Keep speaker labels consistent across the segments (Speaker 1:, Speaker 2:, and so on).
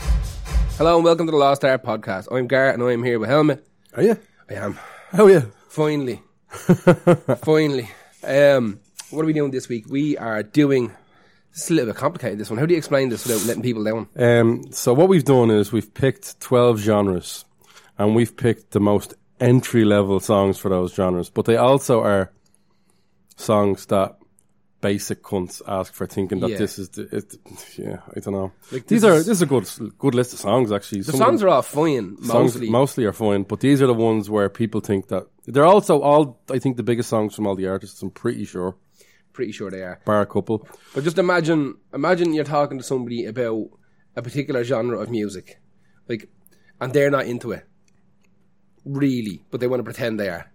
Speaker 1: Hello and welcome to the Lost Art Podcast. I'm Gar and I am here with Helmet.
Speaker 2: Are you?
Speaker 1: I am.
Speaker 2: Oh yeah.
Speaker 1: Finally. Finally. Um, what are we doing this week? We are doing. This is a little bit complicated, this one. How do you explain this without letting people down?
Speaker 2: Um, so what we've done is we've picked twelve genres, and we've picked the most entry level songs for those genres. But they also are songs that basic cunts ask for, thinking that
Speaker 1: Yeah.
Speaker 2: this is the it, yeah. I don't know.
Speaker 1: Like,
Speaker 2: these
Speaker 1: this
Speaker 2: are
Speaker 1: is-
Speaker 2: this is a good good list of songs actually.
Speaker 1: The songs are all fine, mostly.
Speaker 2: mostly are fine, but these are the ones where people think that they're also all. I think the biggest songs from all the artists. I'm pretty sure,
Speaker 1: Pretty sure they are.
Speaker 2: bar a couple.
Speaker 1: But just imagine, imagine you're talking to somebody about a particular genre of music, like, and they're not into it, really, but they want to pretend they are.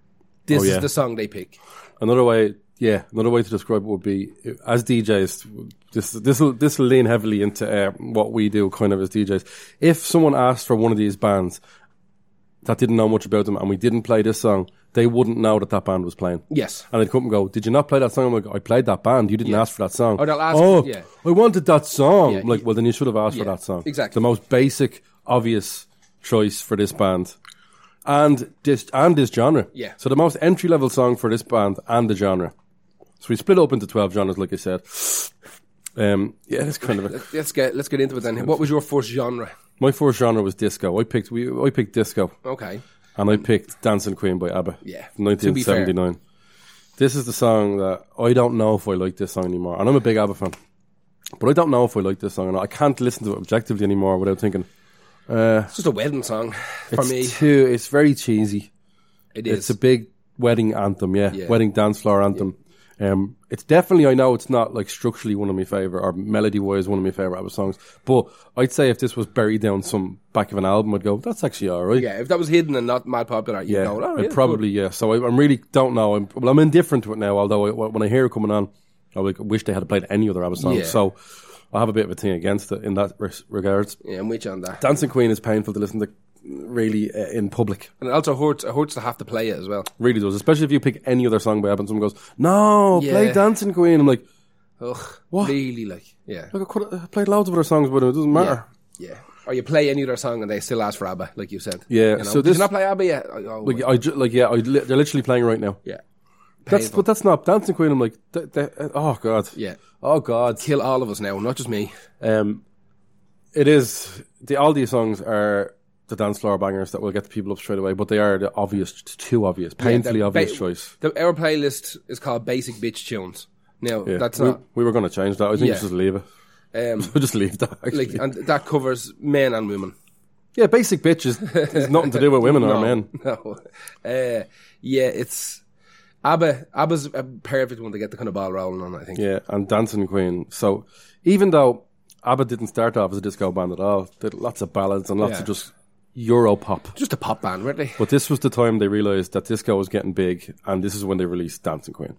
Speaker 1: This
Speaker 2: Oh, yeah.
Speaker 1: is the song they pick.
Speaker 2: Another way, yeah, another way to describe it would be as DJs. This this will this will lean heavily into uh, what we do, kind of as DJs. If someone asked for one of these bands that didn't know much about them and we didn't play this song, they wouldn't know that that band was playing.
Speaker 1: Yes.
Speaker 2: And they'd come and go, "Did you not play that song?" I'm like, "I played that band. You didn't ask for that song."
Speaker 1: Or they'll ask-
Speaker 2: "Oh,
Speaker 1: yeah.
Speaker 2: I wanted that song." I'm like,
Speaker 1: y-
Speaker 2: well, then you should have asked for
Speaker 1: yeah,
Speaker 2: that song.
Speaker 1: exactly.
Speaker 2: The most basic, obvious choice for this band, and this and this genre.
Speaker 1: Yeah.
Speaker 2: So the most entry level song for this band and the genre. So we split up into twelve genres, like I said. Um, yeah, it's kind of a,
Speaker 1: Let's get let's get into it then. What was your first genre?
Speaker 2: my first genre was disco. I picked we I picked disco.
Speaker 1: Okay.
Speaker 2: And I picked Dancing Queen by ABBA.
Speaker 1: Yeah.
Speaker 2: From 1979. This is the song that I don't know if I like this song anymore. And I'm a big ABBA fan. But I don't know if I like this song or not. I can't listen to it objectively anymore without thinking,
Speaker 1: It's just a wedding song for
Speaker 2: it's
Speaker 1: me.
Speaker 2: too, it's very cheesy.
Speaker 1: It is.
Speaker 2: It's a big wedding anthem, yeah.
Speaker 1: Yeah.
Speaker 2: Wedding dance floor anthem. Um, it's definitely, I know it's not like structurally one of my favourite or melody wise one of my favourite ABBA songs. But I'd say if this was buried down some back of an album, I'd go, that's actually alright.
Speaker 1: yeah, if that was hidden and not mad popular, you'd
Speaker 2: Yeah,
Speaker 1: go, oh,
Speaker 2: I
Speaker 1: yeah,
Speaker 2: probably yeah. So I, I'm really don't know. I'm, well, I'm indifferent to it now. Although I, when I hear it coming on, I would wish they had played any other ABBA song.
Speaker 1: Yeah.
Speaker 2: So I have a bit of a thing against it in that res- regards.
Speaker 1: good. Yeah, I'm with you on that.
Speaker 2: Dancing Queen is painful to listen to, really uh, in public.
Speaker 1: And it also hurts, it hurts to have to play it as well.
Speaker 2: Really does, especially if you pick any other song by ABBA and someone goes, "No,
Speaker 1: Yeah.
Speaker 2: play Dancing Queen." I'm like,
Speaker 1: Ugh.
Speaker 2: What?
Speaker 1: Really, like, yeah.
Speaker 2: look, I, could, I played loads of other songs, but it doesn't
Speaker 1: Yeah.
Speaker 2: matter.
Speaker 1: yeah. Or you play any other song and they still ask for ABBA, like you said.
Speaker 2: Yeah,
Speaker 1: You know?
Speaker 2: so
Speaker 1: Did
Speaker 2: this-
Speaker 1: you not play ABBA yet? Oh, oh,
Speaker 2: Like, I ju- like yeah, I li- they're literally playing right now.
Speaker 1: yeah.
Speaker 2: That's
Speaker 1: Painful.
Speaker 2: but that's not Dancing Queen. I'm like, th- th- oh god,
Speaker 1: Yeah.
Speaker 2: oh god.
Speaker 1: Kill all of us now, not just me.
Speaker 2: Um, it is the all these songs are the dance floor bangers that will get the people up straight away, but they are the obvious, too obvious, painfully
Speaker 1: Yeah, the
Speaker 2: obvious
Speaker 1: ba-
Speaker 2: choice.
Speaker 1: The, our playlist is called Basic Bitch Tunes. Now,
Speaker 2: Yeah.
Speaker 1: that's
Speaker 2: we,
Speaker 1: not.
Speaker 2: we were going to change that. I think
Speaker 1: Yeah.
Speaker 2: we should just leave it.
Speaker 1: Um,
Speaker 2: We'll just leave that. Actually.
Speaker 1: like, and that covers men and women.
Speaker 2: yeah, basic bitches is nothing to do with women or men.
Speaker 1: No. Uh, yeah, it's. ABBA, ABBA's a perfect one to get the kind of ball rolling on, I think.
Speaker 2: Yeah, and Dancing Queen. So even though ABBA didn't start off as a disco band at all, they had lots of ballads and lots
Speaker 1: Yeah.
Speaker 2: of just Euro pop.
Speaker 1: Just a pop band, weren't they?
Speaker 2: But this was the time they realized that disco was getting big, and this is when they released Dancing Queen.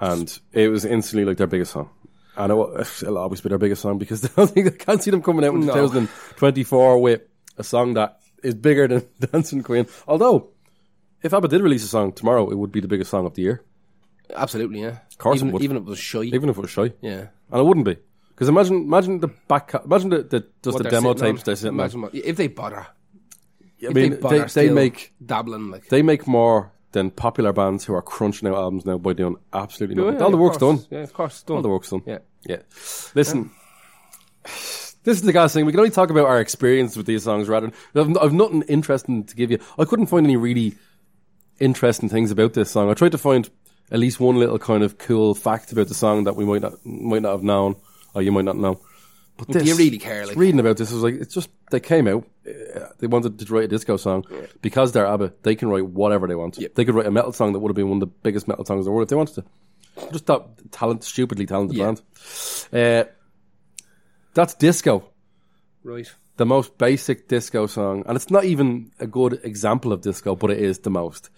Speaker 2: And it was instantly like their biggest song. And it will, it'll always be their biggest song because I don't think I can't see them coming out in
Speaker 1: No.
Speaker 2: 2024 with a song that is bigger than Dancing Queen. Although, if ABBA did release a song tomorrow, it would be the biggest song of the year,
Speaker 1: Absolutely, yeah. Of
Speaker 2: course
Speaker 1: even,
Speaker 2: it would.
Speaker 1: even if it was shy.
Speaker 2: even if it was shy.
Speaker 1: yeah.
Speaker 2: And it wouldn't be because imagine imagine the back ca- imagine the, the just the
Speaker 1: They're
Speaker 2: demo
Speaker 1: sitting on-
Speaker 2: tapes they're sitting on.
Speaker 1: imagine what- If they bother. They
Speaker 2: I mean,
Speaker 1: bother
Speaker 2: they, they
Speaker 1: still
Speaker 2: make
Speaker 1: dabbling like
Speaker 2: they make more than popular bands who are crunching out albums now by doing absolutely nothing. All the work's done.
Speaker 1: Yeah, of course,
Speaker 2: All the work's done.
Speaker 1: Yeah.
Speaker 2: Yeah. Listen. This is the kind of thing we can only talk about our experience with these songs rather than I've, I've nothing interesting to give you. I couldn't find any really interesting things about this song. I tried to find at least one little kind of cool fact about the song that we might not might not have known or you might not know. But
Speaker 1: Do
Speaker 2: this,
Speaker 1: you really care, like-
Speaker 2: reading about this was like it's just they came out, uh, they wanted to write a disco song because they're ABBA. They can write whatever they want. They could write a metal song that would have been one of the biggest metal songs in the world if they wanted to. Just that talent, stupidly talented
Speaker 1: Yeah.
Speaker 2: band. Uh, that's disco,
Speaker 1: Right.
Speaker 2: the most basic disco song, and it's not even a good example of disco, but it is the most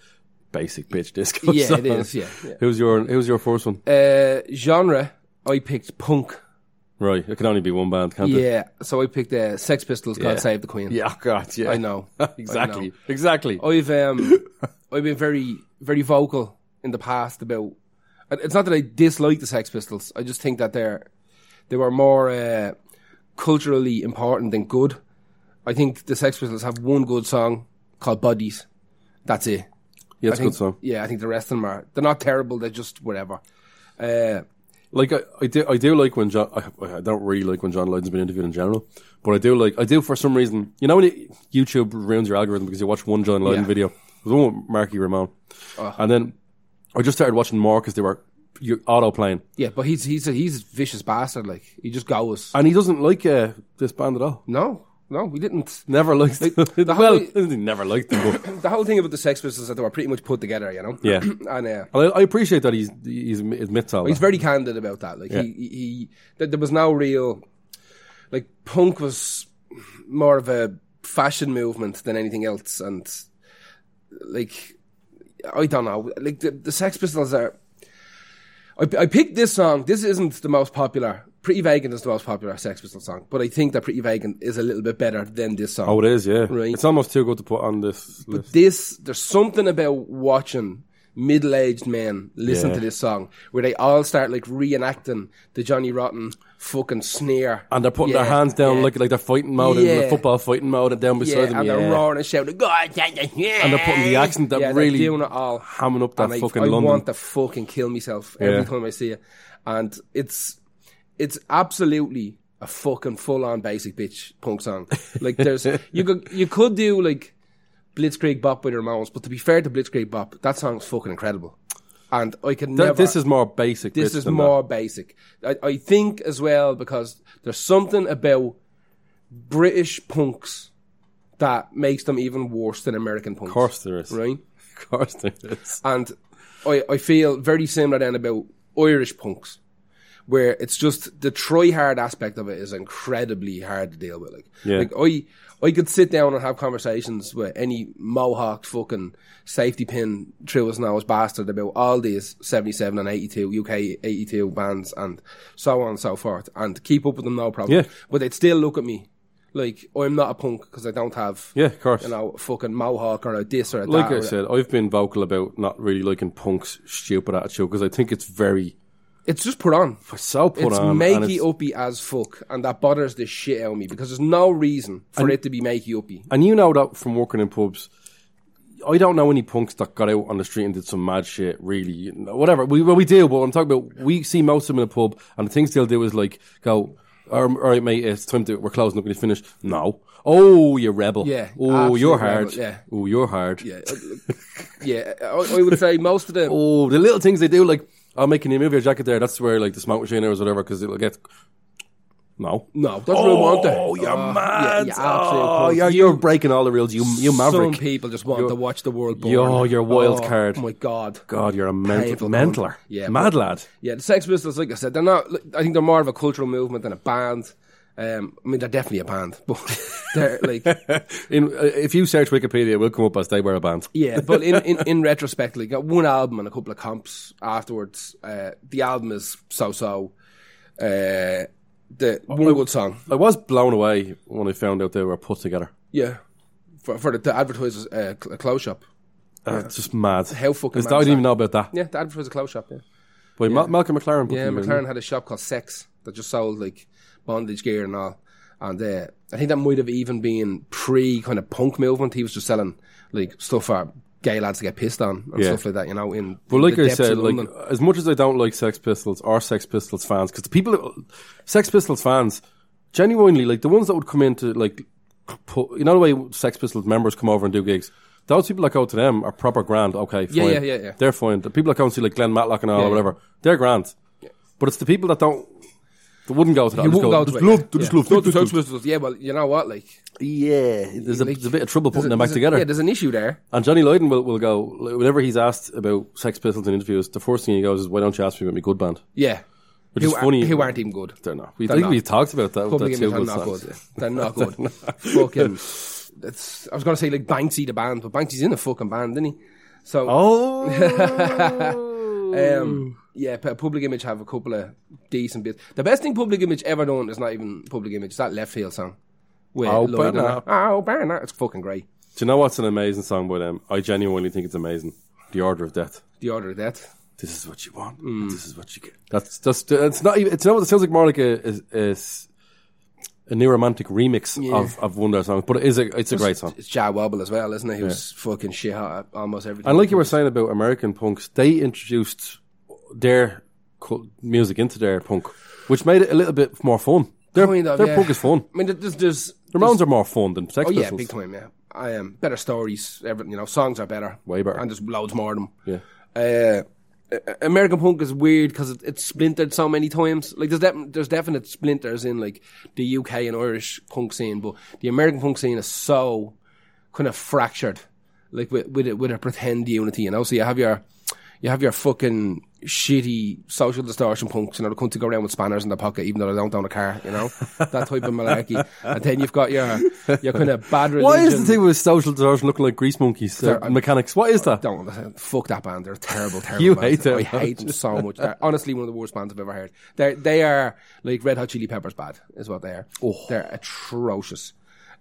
Speaker 2: basic bitch disco.
Speaker 1: Yeah, it
Speaker 2: song.
Speaker 1: is, yeah, yeah.
Speaker 2: Who's your Who's your first one?
Speaker 1: Uh, genre, I picked punk.
Speaker 2: Right, it can only be one band, can't it?
Speaker 1: Yeah, so I picked uh, Sex Pistols, God
Speaker 2: Yeah.
Speaker 1: Save the Queen.
Speaker 2: Yeah, God, yeah,
Speaker 1: I know. I
Speaker 2: exactly,
Speaker 1: know.
Speaker 2: exactly.
Speaker 1: I've um, I've been very very vocal in the past about. and It's not that I dislike the Sex Pistols. I just think that they're they were more uh, culturally important than good, I think the Sex Pistols have one good song called Bodies. That's it.
Speaker 2: Yeah, it's
Speaker 1: I
Speaker 2: a
Speaker 1: think,
Speaker 2: good song.
Speaker 1: Yeah, I think the rest of them are. They're not terrible. They're just whatever. Uh,
Speaker 2: Like I, I do, I do like when John. I, I don't really like when John Lydon's been interviewed in general, but I do like. I do for some reason. You know when you, YouTube ruins your algorithm because you watch one John Lydon
Speaker 1: Yeah. Oh.
Speaker 2: video. There was one with Marky Ramone, and then I just started watching more because they were you auto playing,
Speaker 1: yeah, but he's he's a, he's a vicious bastard. Like he just goes.
Speaker 2: and he doesn't like uh, this band at all.
Speaker 1: No, no, we didn't.
Speaker 2: Never liked.
Speaker 1: the
Speaker 2: well,
Speaker 1: whole-
Speaker 2: he never liked them. But,
Speaker 1: The whole thing about the Sex Pistols is that they were pretty much put together. You know.
Speaker 2: Yeah.
Speaker 1: and uh,
Speaker 2: and I, I appreciate that he's he's admits all.
Speaker 1: He's
Speaker 2: that.
Speaker 1: very candid about that. Like he, he, he th- there was no real, like punk was more of a fashion movement than anything else, and like I don't know, like the, the Sex Pistols are. I, I picked this song. This isn't the most popular. Pretty Vacant is the most popular Sex Pistols song, but I think that Pretty Vacant is a little bit better than this song.
Speaker 2: oh, it is. Yeah,
Speaker 1: Right.
Speaker 2: it's almost too good to put on this list.
Speaker 1: This there's something about watching middle-aged men listen
Speaker 2: Yeah.
Speaker 1: to this song where they all start like reenacting the Johnny Rotten fucking sneer,
Speaker 2: and they're putting their
Speaker 1: Yeah,
Speaker 2: hands down
Speaker 1: yeah.
Speaker 2: like like they're fighting mode and
Speaker 1: Yeah.
Speaker 2: the football fighting mode and down beside
Speaker 1: yeah,
Speaker 2: them.
Speaker 1: and
Speaker 2: yeah.
Speaker 1: they're roaring and shouting, "God, yeah, yeah, yeah,"
Speaker 2: and they're putting the accent that
Speaker 1: yeah, they're
Speaker 2: really
Speaker 1: doing it all.
Speaker 2: hamming up that
Speaker 1: and I,
Speaker 2: fucking
Speaker 1: I
Speaker 2: London.
Speaker 1: want to fucking kill myself every
Speaker 2: Yeah.
Speaker 1: time I see it, and it's it's absolutely a fucking full-on basic bitch punk song. Like there's you could you could do like Blitzkrieg Bop with Ramones, but to be fair to Blitzkrieg Bop, that song's fucking incredible, and I can
Speaker 2: Th-
Speaker 1: never.
Speaker 2: this is more basic.
Speaker 1: this
Speaker 2: bitch
Speaker 1: is
Speaker 2: than
Speaker 1: more basic. I, I think as well because there's something about British punks that makes them even worse than American punks.
Speaker 2: That. Of course there is.
Speaker 1: right?
Speaker 2: Of course there is.
Speaker 1: And I, I feel very similar then about Irish punks, where it's just the try hard aspect of it is incredibly hard to deal with. Like,
Speaker 2: Yeah.
Speaker 1: like I I could sit down and have conversations with any mohawk fucking safety pin through his nose bastard about all these seventy seven and eighty two UK eighty two bands and so on and so forth and keep up with them no problem.
Speaker 2: Yeah.
Speaker 1: But they'd still look at me like I'm not a punk because I don't have
Speaker 2: Yeah, of course.
Speaker 1: you know a fucking mohawk or a this or a
Speaker 2: like
Speaker 1: that
Speaker 2: I
Speaker 1: or a-
Speaker 2: said, I've been vocal about not really liking punk's stupid attitude because I think it's very
Speaker 1: It's just put on.
Speaker 2: so put
Speaker 1: um, it's
Speaker 2: on. and
Speaker 1: makey
Speaker 2: it's-
Speaker 1: uppy as fuck, and that bothers the shit out of me because there's no reason for it to be makey uppy.
Speaker 2: and you know that from working in pubs. I don't know any punks that got out on the street and did some mad shit. Really, You know, whatever. We well, we do, but I'm talking about we see most of them in a pub, and the things they'll do is like go, "Um, "All right, mate, it's time to we're closing up. Can you finish?" No. Oh, you rebel.
Speaker 1: Yeah,
Speaker 2: Oh,
Speaker 1: absolute
Speaker 2: you're hard.
Speaker 1: rebel, yeah.
Speaker 2: Oh, you're hard.
Speaker 1: Yeah, yeah. I, I would say most of them.
Speaker 2: Oh, the little things they do, like I'll make an move your jacket there. That's where like the smoke machine is or whatever, because it'll get. No.
Speaker 1: No, that's what I want to.
Speaker 2: Oh, you're
Speaker 1: Oh,
Speaker 2: mad.
Speaker 1: yeah, you absolute
Speaker 2: oh,
Speaker 1: puss.
Speaker 2: you're, you're breaking all the rules. You, you maverick.
Speaker 1: Some people just want to watch the world. Burn.
Speaker 2: Yo, you're wild card.
Speaker 1: Oh my god.
Speaker 2: God, you're a mental,
Speaker 1: Painful
Speaker 2: mentler.
Speaker 1: cunt. Yeah,
Speaker 2: mad lad.
Speaker 1: Yeah, the Sex Pistols, like I said, they're not. I think they're more of a cultural movement than a band. Um, I mean, they're definitely a band, but they're like
Speaker 2: In, uh, if you search Wikipedia, it will come up as they were a band.
Speaker 1: Yeah, but in, in, in retrospect, like got one album and a couple of comps afterwards. Uh, the album is so so. Uh, the one good song,
Speaker 2: I was blown away when I found out they were put together.
Speaker 1: yeah, for for the, the advertisers uh, cl- close shop.
Speaker 2: Uh, It's just mad.
Speaker 1: How fucking
Speaker 2: It's-
Speaker 1: mad
Speaker 2: I
Speaker 1: is
Speaker 2: didn't
Speaker 1: that?
Speaker 2: even know about that.
Speaker 1: Yeah, the advertisers close shop. Yeah,
Speaker 2: Wait, Ma- Malcolm McLaren. put
Speaker 1: yeah.
Speaker 2: them in.
Speaker 1: McLaren had a shop called Sex that just sold like bondage gear and all, and uh, I think that might have even been pre kind of punk movement. He was just selling like stuff for gay lads to get pissed on and
Speaker 2: Yeah.
Speaker 1: stuff like that. You know, in
Speaker 2: But like
Speaker 1: the
Speaker 2: I
Speaker 1: depths of
Speaker 2: said, like
Speaker 1: London.
Speaker 2: as much as I don't like Sex Pistols or Sex Pistols fans, because the people, that- Sex Pistols fans, genuinely like the ones that would come in to like, put, you know the way Sex Pistols members come over and do gigs. Those people that go to them are proper grand. Okay, fine.
Speaker 1: Yeah, yeah, yeah, yeah.
Speaker 2: They're fine. The people that go and see like Glenn Matlock and all or
Speaker 1: yeah.
Speaker 2: whatever, they're grand. But it's the people that don't, that wouldn't go to that.
Speaker 1: You
Speaker 2: and just
Speaker 1: wouldn't go
Speaker 2: go,
Speaker 1: to
Speaker 2: "Just
Speaker 1: it,
Speaker 2: love-
Speaker 1: yeah.
Speaker 2: just
Speaker 1: Yeah.
Speaker 2: love
Speaker 1: Go
Speaker 2: Sex
Speaker 1: to Sex
Speaker 2: Pistols."
Speaker 1: Pistols, Yeah, well, you know what? Like,
Speaker 2: Yeah, there's a,
Speaker 1: Like-
Speaker 2: there's a bit of trouble putting them back
Speaker 1: There's a-
Speaker 2: together.
Speaker 1: Yeah, there's an issue there.
Speaker 2: And Johnny Lydon will, will go, whenever he's asked about Sex Pistols in interviews, the first thing he goes is, why don't you ask me about my good band?
Speaker 1: Yeah.
Speaker 2: Which
Speaker 1: who
Speaker 2: is
Speaker 1: are-
Speaker 2: funny.
Speaker 1: who aren't even good.
Speaker 2: They're not. We,
Speaker 1: They're
Speaker 2: think
Speaker 1: not.
Speaker 2: we talked about that.
Speaker 1: Public
Speaker 2: with that
Speaker 1: image
Speaker 2: two
Speaker 1: are
Speaker 2: good
Speaker 1: not
Speaker 2: songs.
Speaker 1: good. They're not good. fucking. It's, I was going to say like Banksy the band, but Banksy's in a fucking band, isn't he? So
Speaker 2: Oh.
Speaker 1: um, yeah, but Public Image have a couple of decent bits. The best thing Public Image ever done is not even Public Image. It's that Left Field song. With
Speaker 2: Oh,
Speaker 1: Lloyd and
Speaker 2: Bernard.
Speaker 1: that. oh, Bernard. It's fucking great.
Speaker 2: Do you know what's an amazing song by them? I genuinely think it's amazing. The Order of Death.
Speaker 1: The Order of Death.
Speaker 2: This is what you want.
Speaker 1: Hmm.
Speaker 2: This is what you get. That's just. It's not. Even, it's not. It sounds like more like a. a, a s- a new romantic remix of, of one of their songs, but it is a it's a great song.
Speaker 1: It's Ja Wobble as well, isn't it? He was fucking shit hot at almost everything.
Speaker 2: And like you were saying about American punks, they introduced their cu- music into their punk, which made it a little bit more fun. Their,
Speaker 1: Kind of,
Speaker 2: their
Speaker 1: yeah.
Speaker 2: punk is fun.
Speaker 1: I mean, there's, there's
Speaker 2: The Ramones are more fun than Sex
Speaker 1: oh yeah,
Speaker 2: Pistols.
Speaker 1: big time, yeah. I am better stories. Everything you know, songs are better,
Speaker 2: Way better.
Speaker 1: and there's loads more of them.
Speaker 2: Yeah.
Speaker 1: Uh, uh, American punk is weird because it, it's splintered so many times. Like there's de- there's definite splinters in like the UK and Irish punk scene, but the American punk scene is so kind of fractured, like with with a, with a pretend unity. You know, so you have your you have your fucking shitty social distortion punks, you know, they come to go around with spanners in their pocket, even though they don't own a car, you know, that type of malarkey. And then you've got your your kind of bad religion.
Speaker 2: Why is the thing with social distortion looking like grease monkeys? uh, mechanics. What is that?
Speaker 1: don't listen. Fuck that band. They're a terrible, terrible.
Speaker 2: You
Speaker 1: band.
Speaker 2: hate them,
Speaker 1: I hate
Speaker 2: don't
Speaker 1: them so much. They're honestly one of the worst bands I've ever heard. They they are like Red Hot Chili Peppers bad is what they are. Oh. They're atrocious.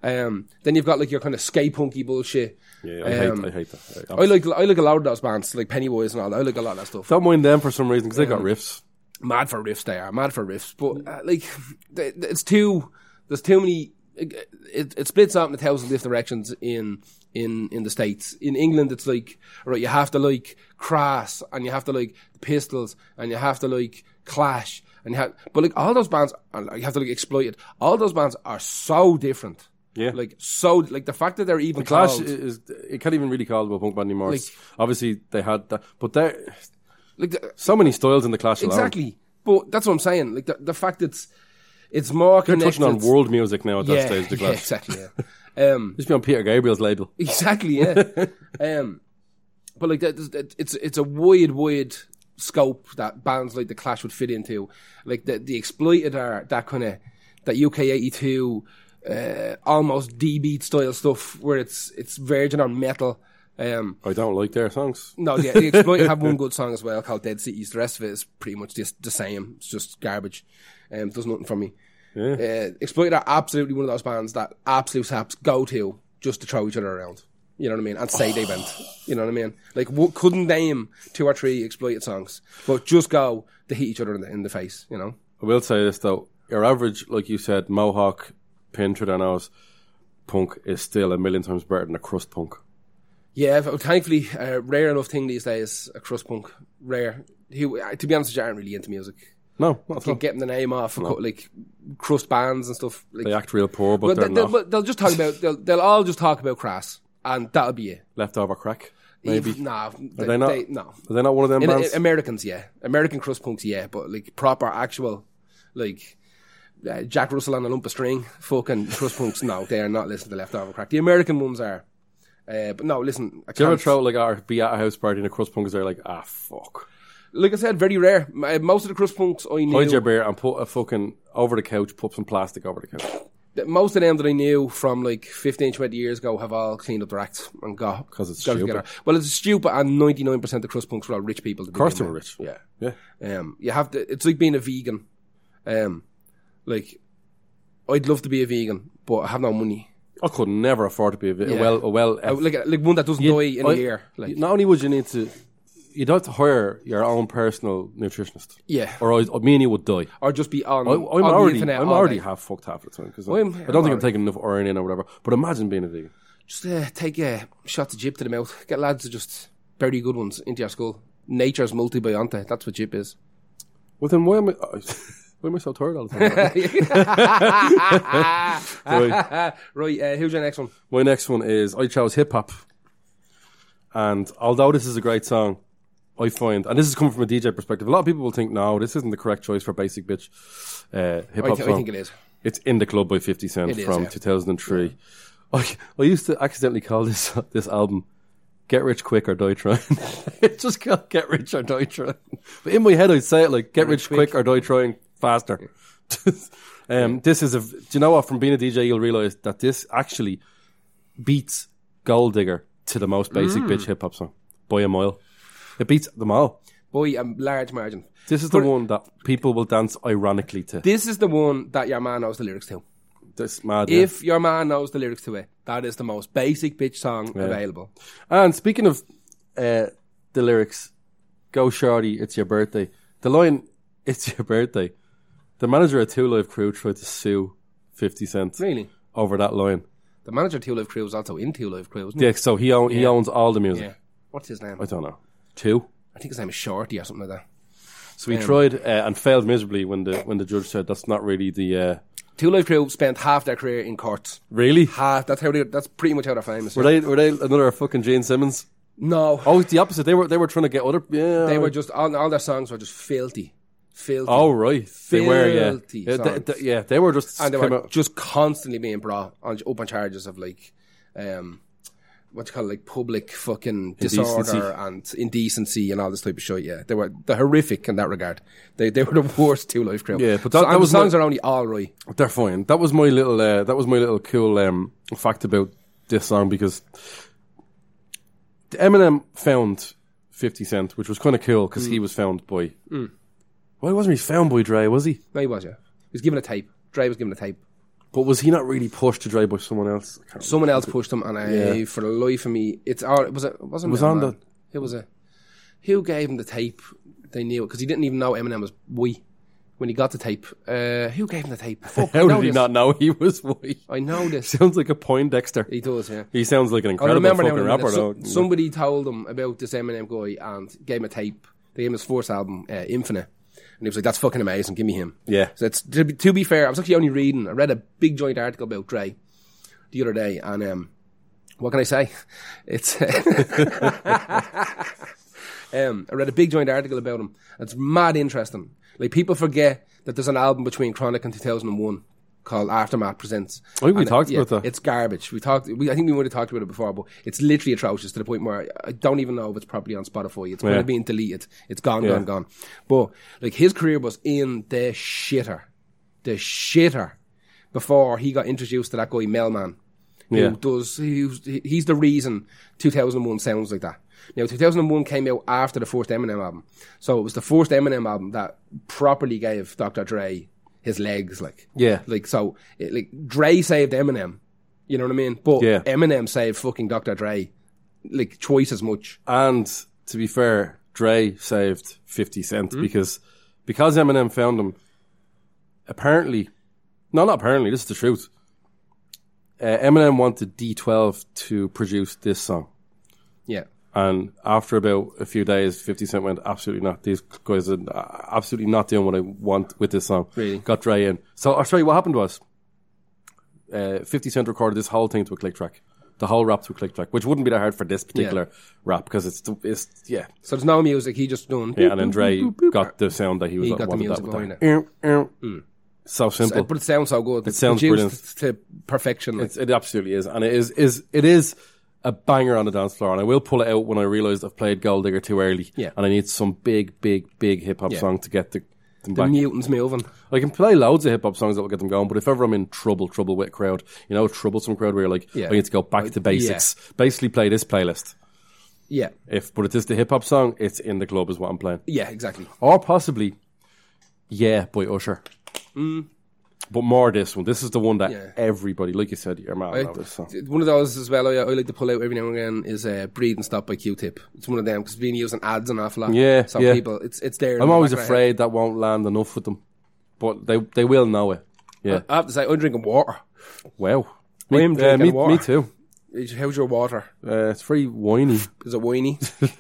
Speaker 1: Um, then you've got like your kind of skate punky bullshit.
Speaker 2: Yeah, I,
Speaker 1: Um,
Speaker 2: hate, I hate that. I-
Speaker 1: I like I like a lot of those bands like Pennywise and all. that. I like a lot of that stuff.
Speaker 2: Don't mind them for some reason because they got riffs.
Speaker 1: Mad for riffs, they are mad for riffs. But uh, like, th- th- it's too. There's too many. It, it splits out in a thousand different directions in in in the states. In England, it's like right. You have to like Crass, and you have to like the Pistols, and you have to like Clash, and you have. But like all those bands, and like, you have to like exploit it. All those bands are so different.
Speaker 2: Yeah.
Speaker 1: Like so, like the fact that they're even
Speaker 2: Clash
Speaker 1: called-
Speaker 2: is it can't even really call them a punk band anymore. It's- Obviously they had that, but there
Speaker 1: like the,
Speaker 2: so many styles in the Clash alone.
Speaker 1: exactly. But that's what I'm saying. Like the, the fact it's it's more
Speaker 2: They're touching on
Speaker 1: connected-
Speaker 2: world music now at
Speaker 1: yeah,
Speaker 2: that stage. The
Speaker 1: yeah,
Speaker 2: Clash.
Speaker 1: exactly. Yeah. um,
Speaker 2: Just be on Peter Gabriel's label.
Speaker 1: Exactly, yeah. um, but like that, that- it's it's a wide, wide scope that bands like the Clash would fit into. Like the the Exploited are that kind of that UK eighty two, uh, almost D beat style stuff where it's it's verging on metal. Um,
Speaker 2: I don't like their songs.
Speaker 1: no, yeah, the Exploited have one good song as well called Dead Cities. The rest of it is pretty much just the same. It's just garbage. Um, does nothing for me. Uh, Exploited are absolutely one of those bands that absolute saps go to just to throw each other around. You know what I mean? And say they went. You know what I mean? Like, w- couldn't name two or three Exploited songs, but just go to hit each other in the, in the face, you know?
Speaker 2: I will say this though: your average, like you said, mohawk, pin through their nose, punk is still a million times better than a crust punk.
Speaker 1: Yeah, but thankfully, a rare enough thing these days, a crust punk. Rare. Who, I- to be honest, with you, aren't really into music.
Speaker 2: No, not at all.
Speaker 1: Like, getting the name off, of co- like, crust bands and stuff. Like,
Speaker 2: They act real poor, but
Speaker 1: but
Speaker 2: they're
Speaker 1: they- they'll,
Speaker 2: not.
Speaker 1: but they'll just talk about, they'll, they'll all just talk about crass, and that'll be it.
Speaker 2: Leftover crack, maybe.
Speaker 1: Even- nah, they,
Speaker 2: they not?
Speaker 1: They, no.
Speaker 2: Are they not one of them
Speaker 1: In-
Speaker 2: bands?
Speaker 1: in- Americans, yeah. American crust punks, yeah. But like proper, actual, like uh, Jack Russell on a lump of string, fucking crust punks. No, they are not listening to leftover crack. The American ones are. Uh, but no, listen. I
Speaker 2: Do you ever
Speaker 1: can't,
Speaker 2: throw like or be at a house party and a crust punk is there like ah fuck?
Speaker 1: like I said, very rare. M- uh, Most of the crust punks I knew,
Speaker 2: Hide your beer and put a fucking over the couch, put some plastic over the couch
Speaker 1: th- most of them that I knew from like 15, 20 years ago have all cleaned up their acts and got
Speaker 2: Oh, 'Cause it's
Speaker 1: got
Speaker 2: stupid.
Speaker 1: together. Well, it's stupid, and ninety nine percent of crust punks were all rich people. To
Speaker 2: Of course they
Speaker 1: begin
Speaker 2: were
Speaker 1: with.
Speaker 2: rich.
Speaker 1: Yeah.
Speaker 2: Yeah.
Speaker 1: Um, you have to. It's like being a vegan. Um, like I'd love to be a vegan, but I have no money.
Speaker 2: I could never afford to be a, vi-
Speaker 1: Yeah.
Speaker 2: a well a well.
Speaker 1: I- like like one that doesn't die in a
Speaker 2: I-
Speaker 1: year. Like
Speaker 2: not only would you need to, you'd have to hire your own personal nutritionist.
Speaker 1: yeah, or,
Speaker 2: Or I, me and you would die.
Speaker 1: just be on.
Speaker 2: I, I'm
Speaker 1: on
Speaker 2: already,
Speaker 1: the internet
Speaker 2: I'm
Speaker 1: all
Speaker 2: already
Speaker 1: day.
Speaker 2: half fucked half the time because I, I
Speaker 1: I'm-
Speaker 2: don't
Speaker 1: I'm
Speaker 2: think I'm
Speaker 1: alright.
Speaker 2: taking enough iron in or whatever. But imagine being a vegan.
Speaker 1: Just uh, take a shot of jip to the mouth. Get lads to just bury good ones into your skull. Nature's multibionta. That's what jip is.
Speaker 2: Well, then why am I? Why am I so tired all the time? Right.
Speaker 1: right, uh, who's your next one?
Speaker 2: My next one is I chose hip hop. And although this is a great song, I find, and this is coming from a DJ perspective, a lot of people will think, no, this isn't the correct choice for basic bitch uh, hip
Speaker 1: I,
Speaker 2: hop
Speaker 1: th-
Speaker 2: song.
Speaker 1: I think it is.
Speaker 2: It's in the club by Fifty Cent
Speaker 1: It is,
Speaker 2: from
Speaker 1: yeah.
Speaker 2: 2003. I, I used to accidentally call this this album "Get Rich Quick or Die Trying." it's just called "Get Rich or Die Trying." But in my head, I'd say it like "Get Rich Quick, or Die Trying faster." um, this is a. Do you know what? From being a DJ, you'll realize that this actually beats "Gold Digger" to the most basic
Speaker 1: Mm.
Speaker 2: bitch hip hop song by a mile. It beats them all.
Speaker 1: Boy, a large margin.
Speaker 2: This is the one that people will dance ironically to.
Speaker 1: This is the one that your man knows the lyrics to.
Speaker 2: This mad. yeah.
Speaker 1: If your man knows the lyrics to it, that is the most basic bitch song available.
Speaker 2: Ah, And speaking of uh, the lyrics, "Go Shorty, it's your birthday." The line, "It's your birthday." The manager of Two Live Crew tried to sue fifty cents
Speaker 1: Really?
Speaker 2: over that line.
Speaker 1: The manager of Two Live Crew was also in Two Live Crew, wasn't
Speaker 2: Yeah, so he own, he owns all the
Speaker 1: he?
Speaker 2: music.
Speaker 1: Yeah. What's his name?
Speaker 2: I don't know. Two.
Speaker 1: I think his name is Shorty or something like that.
Speaker 2: So he
Speaker 1: Um,
Speaker 2: tried uh, and failed miserably when the when the judge said that's not really the uh,
Speaker 1: Two Live Crew spent half their career in courts.
Speaker 2: really.
Speaker 1: Half. That's how they. That's pretty much how they're famous.
Speaker 2: Were they were they another fucking Gene Simmons?
Speaker 1: No,
Speaker 2: Oh, it's the opposite. They were they were trying to get other. Yeah,
Speaker 1: they were just all, all their songs were just filthy, filthy.
Speaker 2: Oh right, they were. Yeah,
Speaker 1: Filthy
Speaker 2: yeah they,
Speaker 1: songs.
Speaker 2: they- yeah, they were just.
Speaker 1: and they
Speaker 2: came
Speaker 1: were
Speaker 2: out-
Speaker 1: just constantly being brought on open charges of like, um, what you call it, like public fucking disorder and indecency and all this type of shit. Yeah, they were they're horrific in that regard. They they were the worst two life crew.
Speaker 2: Yeah, but that-
Speaker 1: So-
Speaker 2: that
Speaker 1: and the
Speaker 2: was
Speaker 1: songs are only all right.
Speaker 2: They're fine. That was my little. Uh, that was my little cool um, fact about this song because Eminem found Fifty Cent, which was kind of cool because
Speaker 1: Mm.
Speaker 2: he was found by. Why wasn't he found by Dre? Was he?
Speaker 1: No, he was yeah. He was given a tape. Dre was given a tape.
Speaker 2: But was he not really pushed to Dre by someone else? I can't remember.
Speaker 1: Someone else pushed him, and I,
Speaker 2: Yeah.
Speaker 1: for the life of me, it's all it was. A, it wasn't
Speaker 2: was
Speaker 1: Mel
Speaker 2: on
Speaker 1: Man.
Speaker 2: the-
Speaker 1: It was a. Who gave him the tape? They knew it because he didn't even know Eminem was we when he got the tape. Uh, who gave him the tape? Fuck, I
Speaker 2: How
Speaker 1: know
Speaker 2: did he
Speaker 1: this.
Speaker 2: not know he was white?
Speaker 1: I know this.
Speaker 2: Sounds like a Poindexter.
Speaker 1: He does, yeah.
Speaker 2: He sounds like an
Speaker 1: I
Speaker 2: incredible
Speaker 1: remember
Speaker 2: fucking
Speaker 1: now. in a minute,
Speaker 2: rapper,
Speaker 1: so-
Speaker 2: though.
Speaker 1: somebody told him about this Eminem guy and gave him a tape. They gave him his first album, uh, Infinite, and he was like, "That's fucking amazing. Give me him."
Speaker 2: Yeah.
Speaker 1: So it's to be, to be fair, I was actually only reading. I read a big joint article about Dre the other day, and um, what can I say? It's um, I read a big joint article about him. It's mad interesting. Like people forget that there's an album between Chronic and 2001 called Aftermath Presents.
Speaker 2: I think we
Speaker 1: And it-
Speaker 2: talked about that.
Speaker 1: It's garbage. We talked. We, I think we might have talked about it before, but it's literally atrocious to the point where I don't even know if it's properly on Spotify. It's
Speaker 2: Yeah.
Speaker 1: probably being deleted. It's gone,
Speaker 2: Yeah.
Speaker 1: gone, gone. But like his career was in the shitter, the shitter, before he got introduced to that guy Melman.
Speaker 2: Yeah.
Speaker 1: Who does who's, he's the reason 2001 sounds like that. Now 2001 came out after the first Eminem album, so it was the first Eminem album that properly gave Dr. Dre his legs, like
Speaker 2: Yeah.
Speaker 1: like so, it, like Dre saved Eminem, you know what I mean? But
Speaker 2: Yeah.
Speaker 1: Eminem saved fucking Dr. Dre, like twice as much.
Speaker 2: And to be fair, Dre saved Fifty Cent because because Eminem found him. Apparently, no, not apparently. This is the truth. Uh, Eminem wanted D12 to produce this song,
Speaker 1: Yeah,
Speaker 2: and after about a few days, Fifty Cent went, "Absolutely not. These guys are uh, absolutely not doing what I want with this song."
Speaker 1: Really?
Speaker 2: Got Dre in. So I'll show you what happened was. Uh, Fifty Cent recorded this whole thing to a click track. The whole rap to a click track, which wouldn't be that hard for this particular rap because it's it's yeah
Speaker 1: so there's no music. He just done.
Speaker 2: yeah, and then Dre got the sound that he was
Speaker 1: He
Speaker 2: like,
Speaker 1: got the
Speaker 2: wanted that
Speaker 1: music
Speaker 2: with
Speaker 1: behind
Speaker 2: that.
Speaker 1: it.
Speaker 2: Ew, ew.
Speaker 1: Mm.
Speaker 2: So simple.
Speaker 1: But it sounds so good. It
Speaker 2: sounds
Speaker 1: produced to perfection. like.
Speaker 2: It's- it absolutely is, and it is is it is a banger on the dance floor. And I will pull it out when I realize I've played Gold Digger too early.
Speaker 1: Yeah.
Speaker 2: and I need some big, big, big hip hop
Speaker 1: Yeah.
Speaker 2: song to get the, them
Speaker 1: the
Speaker 2: back.
Speaker 1: mutants moving.
Speaker 2: I can play loads of hip hop songs that will get them going, but if ever I'm in trouble, trouble with a crowd, you know, a troublesome crowd where you're like,
Speaker 1: Yeah.
Speaker 2: I need to go back to basics. Basically, play this playlist.
Speaker 1: Yeah,
Speaker 2: If but it is the hip hop song, it's in the club is what I'm playing.
Speaker 1: yeah, exactly.
Speaker 2: or possibly Yeah by Usher. But more this one. This is the one that
Speaker 1: Mm. Yeah.
Speaker 2: everybody, like you said, your man
Speaker 1: I-
Speaker 2: knows this song.
Speaker 1: One of those as well. I, I like to pull out every now and again is uh, "Breathe and Stop" by Q-Tip. It's one of them because been using ads an awful lot.
Speaker 2: Yeah,
Speaker 1: so
Speaker 2: yeah.
Speaker 1: people, it's it's there. in
Speaker 2: I'm
Speaker 1: the
Speaker 2: always
Speaker 1: back of my head.
Speaker 2: afraid that won't land enough with them, but they they will eh? know it. Yeah.
Speaker 1: I have to say, I'm drinking water.
Speaker 2: wow.
Speaker 1: I
Speaker 2: Me,
Speaker 1: am
Speaker 2: uh,
Speaker 1: drinking
Speaker 2: me,
Speaker 1: water.
Speaker 2: me too.
Speaker 1: How's your water?
Speaker 2: Uh, it's very whiny.
Speaker 1: Is it whiny? Can't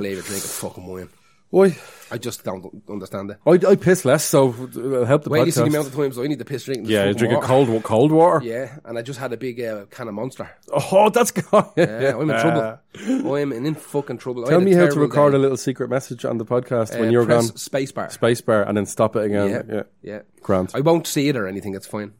Speaker 1: believe it. Drinking fucking wine.
Speaker 2: Why?
Speaker 1: I just don't understand it.
Speaker 2: I, I piss less, so it'll help the
Speaker 1: Wait, you see the
Speaker 2: podcast.
Speaker 1: amount of times I need to piss drinking. this
Speaker 2: yeah, you
Speaker 1: fucking
Speaker 2: drink a
Speaker 1: water.
Speaker 2: cold wa- cold water.
Speaker 1: Yeah, and I just had a big uh, can of Monster.
Speaker 2: Oh, that's good.
Speaker 1: Yeah, I'm in trouble. I'm in fucking trouble.
Speaker 2: Uh, Tell me how to record a little secret message on the podcast when you're gone.
Speaker 1: Uh, press Spacebar.
Speaker 2: Spacebar and then stop it again.
Speaker 1: yeah,
Speaker 2: Yeah.
Speaker 1: yeah.
Speaker 2: Grand.
Speaker 1: I won't see it or anything. It's fine.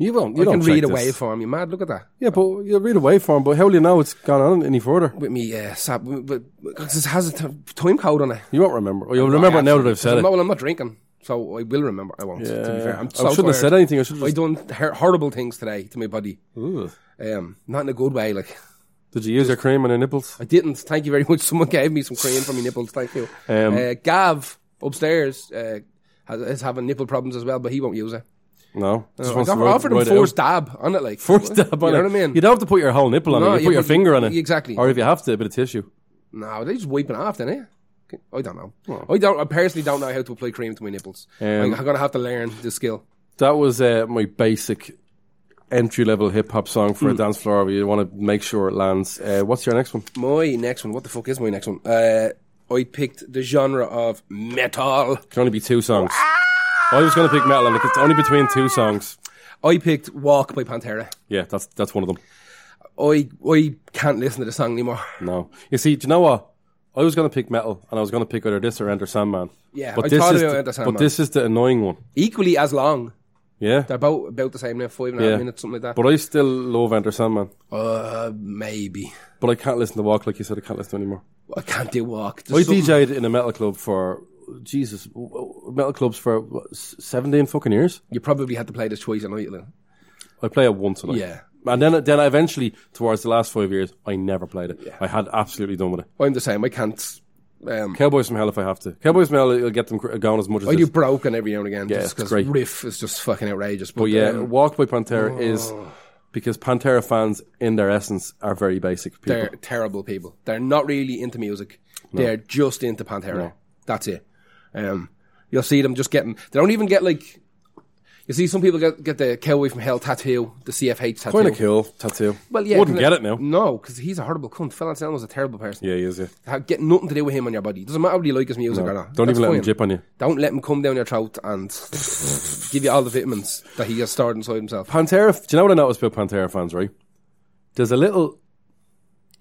Speaker 2: You won't. You
Speaker 1: I
Speaker 2: don't
Speaker 1: can read
Speaker 2: check
Speaker 1: a
Speaker 2: this.
Speaker 1: waveform. You mad? Look at that.
Speaker 2: Yeah, but you read a waveform, but how will you know it's gone on any further?
Speaker 1: With me, uh, sab- with, because it has a t- time code on it.
Speaker 2: You won't remember. Or you'll remember now that I've said
Speaker 1: I'm
Speaker 2: it.
Speaker 1: not, well, I'm not drinking, so I will remember. I won't. To be fair, I'm so
Speaker 2: I shouldn't have said
Speaker 1: tired.
Speaker 2: anything. I should
Speaker 1: I
Speaker 2: have
Speaker 1: done her- horrible things today to my body.
Speaker 2: Ooh.
Speaker 1: Um, not in a good way. Like
Speaker 2: Did you use your cream on your nipples?
Speaker 1: I didn't. Thank you very much. Someone gave me some cream for my nipples. Thank you.
Speaker 2: Um,
Speaker 1: uh, Gav upstairs uh, has, is having nipple problems as well, but he won't use it.
Speaker 2: No. Just
Speaker 1: I
Speaker 2: wants to
Speaker 1: got
Speaker 2: ride-
Speaker 1: offered him
Speaker 2: ride it
Speaker 1: four
Speaker 2: out.
Speaker 1: stab on it. Like
Speaker 2: First dab
Speaker 1: You
Speaker 2: on
Speaker 1: know
Speaker 2: it.
Speaker 1: what I mean?
Speaker 2: You don't have to put your whole nipple on
Speaker 1: No,
Speaker 2: it. You
Speaker 1: yeah,
Speaker 2: put your
Speaker 1: but-
Speaker 2: finger on it.
Speaker 1: exactly.
Speaker 2: Or if you have to, a bit of tissue.
Speaker 1: No, they just wiping it off, then, eh? I don't know. I don't. I personally don't know how to apply cream to my nipples.
Speaker 2: Um,
Speaker 1: I, I'm gonna have to learn the skill.
Speaker 2: that was uh, my basic entry level hip hop song for a
Speaker 1: Mm.
Speaker 2: dance floor where you want to make sure it lands. Uh, what's your next one?
Speaker 1: My next one. What the fuck is my next one? Uh, I picked the genre of metal.
Speaker 2: Can only be two songs. I was going to pick metal, and like, it's only between two songs.
Speaker 1: I picked Walk by Pantera.
Speaker 2: Yeah, that's that's one of them.
Speaker 1: I I can't listen to the song anymore.
Speaker 2: No, you see, do you know what? I was going to pick metal, and I was going to pick either this or Enter Sandman.
Speaker 1: Yeah,
Speaker 2: but
Speaker 1: I
Speaker 2: this
Speaker 1: thought
Speaker 2: is
Speaker 1: about
Speaker 2: the,
Speaker 1: Enter Sandman.
Speaker 2: but this is the annoying one.
Speaker 1: Equally as long.
Speaker 2: Yeah,
Speaker 1: They're about about the same now, five and a half
Speaker 2: Yeah.
Speaker 1: minutes, something like that.
Speaker 2: but I still love Enter Sandman.
Speaker 1: uh, maybe.
Speaker 2: But I can't listen to Walk like you said. I can't listen to anymore.
Speaker 1: I can't do walk.
Speaker 2: I
Speaker 1: There's something-
Speaker 2: DJed in a metal club for Jesus w- w- metal clubs for what, s- seventeen fucking years.
Speaker 1: You probably had to play this twice a night. Then.
Speaker 2: I play it once a night.
Speaker 1: Yeah.
Speaker 2: And then, then I eventually, towards the last five years, I never played it. I had absolutely done with it.
Speaker 1: I'm the same. I can't. Um,
Speaker 2: Cowboys from Hell, if I have to. Cowboys from Hell, it'll get them cr- going as much as
Speaker 1: I
Speaker 2: this.
Speaker 1: do broken every now and again.
Speaker 2: Yeah,
Speaker 1: just
Speaker 2: it's
Speaker 1: 'cause
Speaker 2: great.
Speaker 1: riff is just fucking outrageous. But,
Speaker 2: But yeah,
Speaker 1: um,
Speaker 2: Walk by Pantera is because Pantera fans, in their essence, are very basic people.
Speaker 1: they're terrible people. They're not really into music. They're just into Pantera. That's it. Um, you'll see them just getting. They don't even get like. You see, some people get get the cowboy from hell tattoo, the CFH tattoo.
Speaker 2: Kind of cool tattoo.
Speaker 1: Well, yeah,
Speaker 2: wouldn't
Speaker 1: kinda-
Speaker 2: get it now.
Speaker 1: No, because he's a horrible cunt. Phil Anselmo's a terrible person.
Speaker 2: Yeah, he is. Yeah,
Speaker 1: Ha- Get nothing to do with him on your body. Doesn't matter whether you like his music or not.
Speaker 2: don't
Speaker 1: That's
Speaker 2: even let him
Speaker 1: fine.
Speaker 2: jip on you.
Speaker 1: Don't let him come down your throat and give you all the vitamins that he has stored inside himself.
Speaker 2: Pantera. Do you know what I noticed about Pantera fans? Right, there's a little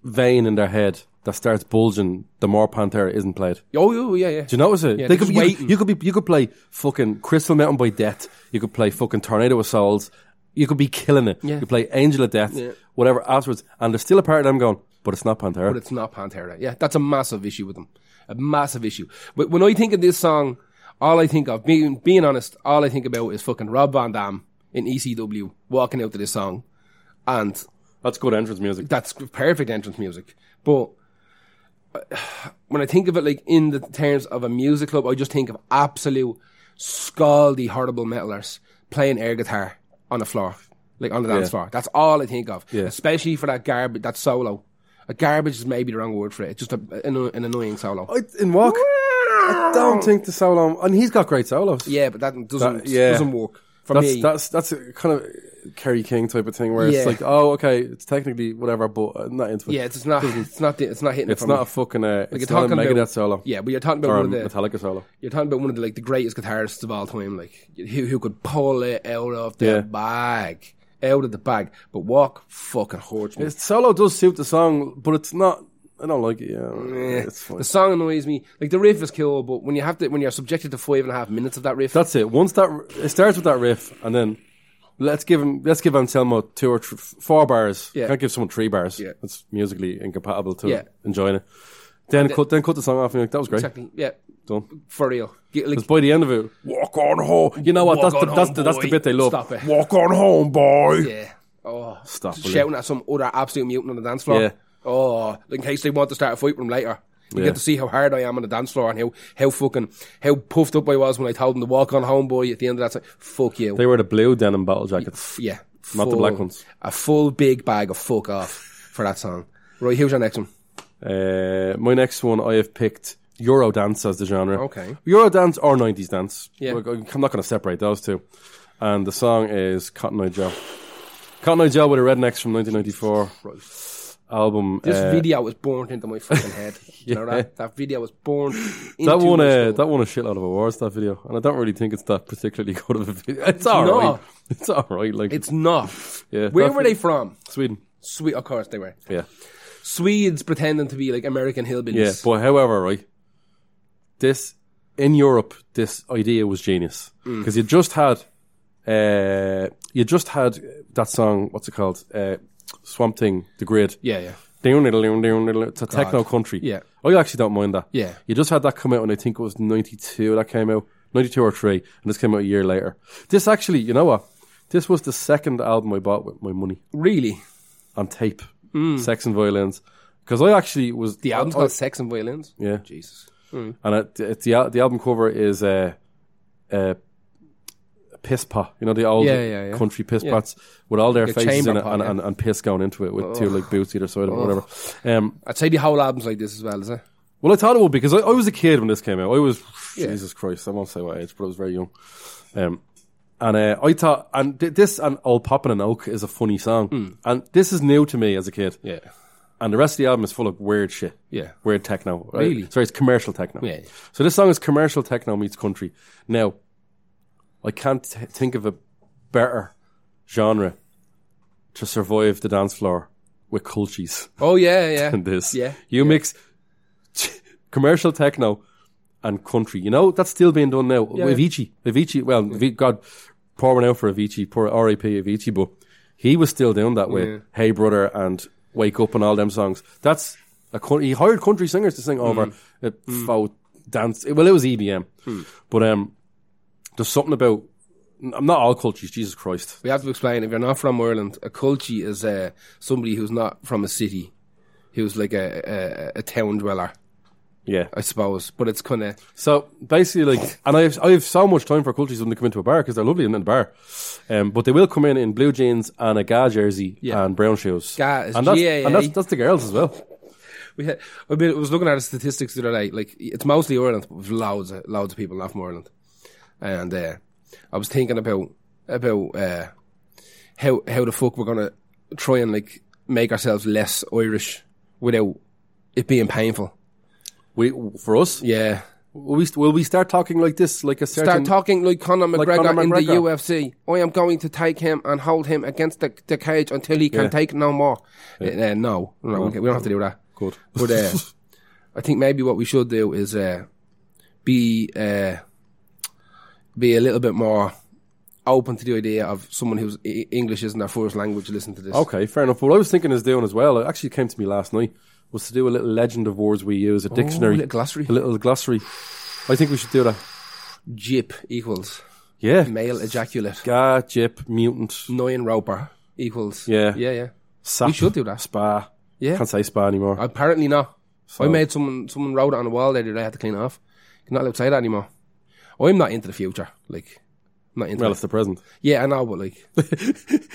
Speaker 2: vein in their head that starts bulging the more Pantera isn't played.
Speaker 1: Oh, oh, yeah, yeah.
Speaker 2: Do you notice it?
Speaker 1: Yeah,
Speaker 2: they
Speaker 1: they're just
Speaker 2: could, you,
Speaker 1: waiting.
Speaker 2: you could be you could play fucking Crystal Mountain by Death. You could play fucking Tornado of Souls. You could be killing it. You play Angel of Death, whatever afterwards, and there's still a part of them going, but it's not Pantera.
Speaker 1: but it's not Pantera. Yeah, that's a massive issue with them. A massive issue. But when I think of this song, all I think of, being, being honest, all I think about is fucking Rob Van Dam in ECW walking out to this song. And
Speaker 2: That's good entrance music.
Speaker 1: that's perfect entrance music. But uh, when I think of it, like in the terms of a music club, I just think of absolute scaldy, horrible metalers playing air guitar on the floor, like on the dance
Speaker 2: Yeah.
Speaker 1: floor. That's all I think of, especially for that garbage, that solo. A garbage is maybe the wrong word for it. It's just a, an, an annoying solo.
Speaker 2: I, in walk. I don't think the solo, and he's got great solos.
Speaker 1: Yeah, but that doesn't
Speaker 2: That- yeah.
Speaker 1: doesn't work for
Speaker 2: that's
Speaker 1: me.
Speaker 2: that's that's a kind of Kerry King type of thing where
Speaker 1: Yeah.
Speaker 2: it's like, oh, okay, it's technically whatever, but uh, not into it.
Speaker 1: yeah, it's, it's not it's not it's not hitting. it
Speaker 2: it's
Speaker 1: for
Speaker 2: not
Speaker 1: me.
Speaker 2: a fucking uh, it's
Speaker 1: you're
Speaker 2: not a
Speaker 1: talking
Speaker 2: Megadeth
Speaker 1: about-
Speaker 2: solo
Speaker 1: yeah, but you're talking about
Speaker 2: or a
Speaker 1: one of the
Speaker 2: Metallica solo.
Speaker 1: You're talking about one of the like the greatest guitarists of all time, like who, who could pull it out of the
Speaker 2: Yeah.
Speaker 1: bag, out of the bag. But Walk fucking hurts me.
Speaker 2: His solo does suit the song, but it's not. I don't like it. Yeah,
Speaker 1: Eh,
Speaker 2: it's fine.
Speaker 1: the song annoys me. Like the riff is cool, but when you have to, when you're subjected to five and a half minutes of that riff,
Speaker 2: That's it. Once that it starts with that riff, and then let's give him let's give Anselmo two or thr four bars.
Speaker 1: Yeah.
Speaker 2: Can't give someone three bars.
Speaker 1: Yeah.
Speaker 2: that's musically incompatible to
Speaker 1: Yeah.
Speaker 2: enjoying it. Then cut then cut the song off, and you're like, that was great.
Speaker 1: exactly, yeah,
Speaker 2: Done.
Speaker 1: for real. Get- Like,
Speaker 2: Because by the end of it, walk on home. You know what?
Speaker 1: Walk
Speaker 2: That's the,
Speaker 1: on
Speaker 2: that's,
Speaker 1: home,
Speaker 2: the, that's the
Speaker 1: boy.
Speaker 2: bit they love.
Speaker 1: Stop it.
Speaker 2: Walk on home, boy.
Speaker 1: yeah, oh,
Speaker 2: Stop, will you?
Speaker 1: shouting at some other absolute mutant on the dance floor.
Speaker 2: Yeah.
Speaker 1: Oh, in case they want to start a fight with him later. You
Speaker 2: Yeah.
Speaker 1: get to see how hard I am on the dance floor and how, how fucking how puffed up I was when I told him to walk on home, boy. At the end of that, song, fuck you.
Speaker 2: They wear the blue denim battle jackets.
Speaker 1: f- yeah,
Speaker 2: Not the
Speaker 1: full-
Speaker 2: black ones.
Speaker 1: A full big bag of fuck off for that song. Right, here's your next one.
Speaker 2: Uh, my next one, I have picked Eurodance as the genre.
Speaker 1: Okay.
Speaker 2: Eurodance or 90s dance.
Speaker 1: Yeah.
Speaker 2: Like, I'm not going to separate those two. And the song is Cotton Eye Joe. Cotton Eye Joe with a rednecks from 1994 album.
Speaker 1: This
Speaker 2: uh,
Speaker 1: video was born into my fucking head. You know that? That video was born into
Speaker 2: that won
Speaker 1: my
Speaker 2: a
Speaker 1: skull.
Speaker 2: that won a shitload of awards. That video, and I don't really think it's that particularly good of a video. It's alright.
Speaker 1: not.
Speaker 2: It's alright. Like
Speaker 1: It's not.
Speaker 2: Yeah,
Speaker 1: Where
Speaker 2: that
Speaker 1: were
Speaker 2: vid-
Speaker 1: they from?
Speaker 2: Sweden.
Speaker 1: Sweet, of course they were.
Speaker 2: Yeah.
Speaker 1: Swedes pretending to be like American
Speaker 2: Yeah,
Speaker 1: hillbillies.
Speaker 2: but however, right, this in Europe, this idea was genius
Speaker 1: Mm.
Speaker 2: because you just had, uh, you just had that song. What's it called? Uh, Swamp Thing, The Grid.
Speaker 1: yeah, yeah.
Speaker 2: Down, down, down, down, down. It's a techno country.
Speaker 1: Yeah.
Speaker 2: I actually don't mind that.
Speaker 1: Yeah.
Speaker 2: You just had that come out, and I think it was 92 that came out, 92 or 3, and this came out a year later. This actually, you know what? This was the second album I bought with my money
Speaker 1: Really,
Speaker 2: on tape, Sex and Violins. Because I actually was.
Speaker 1: Mm. the album's
Speaker 2: I- I-
Speaker 1: called Sex and Violins.
Speaker 2: Yeah.
Speaker 1: Jesus.
Speaker 2: And it, it, the al- the album cover is a uh, a piss pot, you know the old
Speaker 1: Yeah, yeah, yeah.
Speaker 2: country piss pots with all their
Speaker 1: Like a
Speaker 2: faces
Speaker 1: chamber
Speaker 2: in it
Speaker 1: pot,
Speaker 2: and,
Speaker 1: yeah. Oh.
Speaker 2: and, and piss going into it with two like boots either side of it, whatever. Um,
Speaker 1: I'd say the whole album's like this as well, is it?
Speaker 2: well, I thought it would because I, I was a kid when this came out. I was Jesus Christ, I won't say what age, but I was very young. Um, And uh, I thought, and th- this and Old Poppin' an Oak is a funny song.
Speaker 1: Hmm.
Speaker 2: And this is new to me as a kid.
Speaker 1: Yeah.
Speaker 2: And the rest of the album is full of weird shit.
Speaker 1: Yeah.
Speaker 2: Weird techno. right?
Speaker 1: Really?
Speaker 2: Sorry, it's commercial techno.
Speaker 1: Yeah.
Speaker 2: So this song is commercial techno meets country. Now, I can't t- think of a better genre to survive the dance floor with cultures
Speaker 1: Oh yeah, yeah.
Speaker 2: than this.
Speaker 1: Yeah.
Speaker 2: You mix commercial techno and country. You know, that's still being done now. with Avicii. Avicii, well, Avi- God, poor one out for Avicii, poor RIP Avicii, but he was still doing that way. Hey Brother and Wake Up and all them songs. That's a coun- he hired country singers to sing
Speaker 1: Mm.
Speaker 2: over a faux dance. Well, it was EBM. But um there's something about I'm not all cultures, Jesus Christ.
Speaker 1: We have to explain if you're not from Ireland, a culty is uh, somebody who's not from a city, who's like a, a, a town dweller,
Speaker 2: Yeah.
Speaker 1: I suppose. But it's kind of
Speaker 2: So basically, like, and I have, I have so much time for cultures when they come into a bar because they're lovely in the bar. Um, but they will come in in blue jeans and a ga jersey
Speaker 1: Yeah.
Speaker 2: and brown shoes.
Speaker 1: Ga is
Speaker 2: and that's,
Speaker 1: G A A.
Speaker 2: and that's, that's the girls as well.
Speaker 1: we had, I mean, I was looking at the statistics the other day. Like it's mostly Ireland, but with loads, of, loads of people not from Ireland. And uh, I was thinking about about uh, how how the fuck we're gonna try and like make ourselves less Irish without it being painful.
Speaker 2: We for us,
Speaker 1: Yeah,
Speaker 2: will we will we start talking like this, like a
Speaker 1: start
Speaker 2: certain
Speaker 1: talking like Conor McGregor,
Speaker 2: Conor
Speaker 1: in the
Speaker 2: McGregor.
Speaker 1: UFC. I am going to take him and hold him against the, the cage until he can
Speaker 2: Yeah.
Speaker 1: take no more. Uh, uh, no, no, we can't- we don't have to do that.
Speaker 2: Good.
Speaker 1: But uh, I think maybe what we should do is uh, be uh, be a little bit more open to the idea of someone whose E- English isn't their first language. Listen to this.
Speaker 2: Okay, fair enough. What I was thinking is doing as well. It actually came to me last night was to do a little legend of words we use, a dictionary,
Speaker 1: little glossary.
Speaker 2: a little glossary. I think we should do that.
Speaker 1: Jip equals
Speaker 2: Yeah,
Speaker 1: male ejaculate.
Speaker 2: ga jip mutant.
Speaker 1: Nine roper equals
Speaker 2: Yeah.
Speaker 1: yeah, yeah.
Speaker 2: Sap,
Speaker 1: We should do that.
Speaker 2: Spa.
Speaker 1: Yeah.
Speaker 2: can't say spa anymore.
Speaker 1: Apparently not.
Speaker 2: So-
Speaker 1: I made someone someone wrote it on the wall there that I had to clean it off. You're not allowed to say that anymore. I'm not into the future. Like, I'm not into.
Speaker 2: well,
Speaker 1: it.
Speaker 2: it's the present.
Speaker 1: Yeah, I know, but like,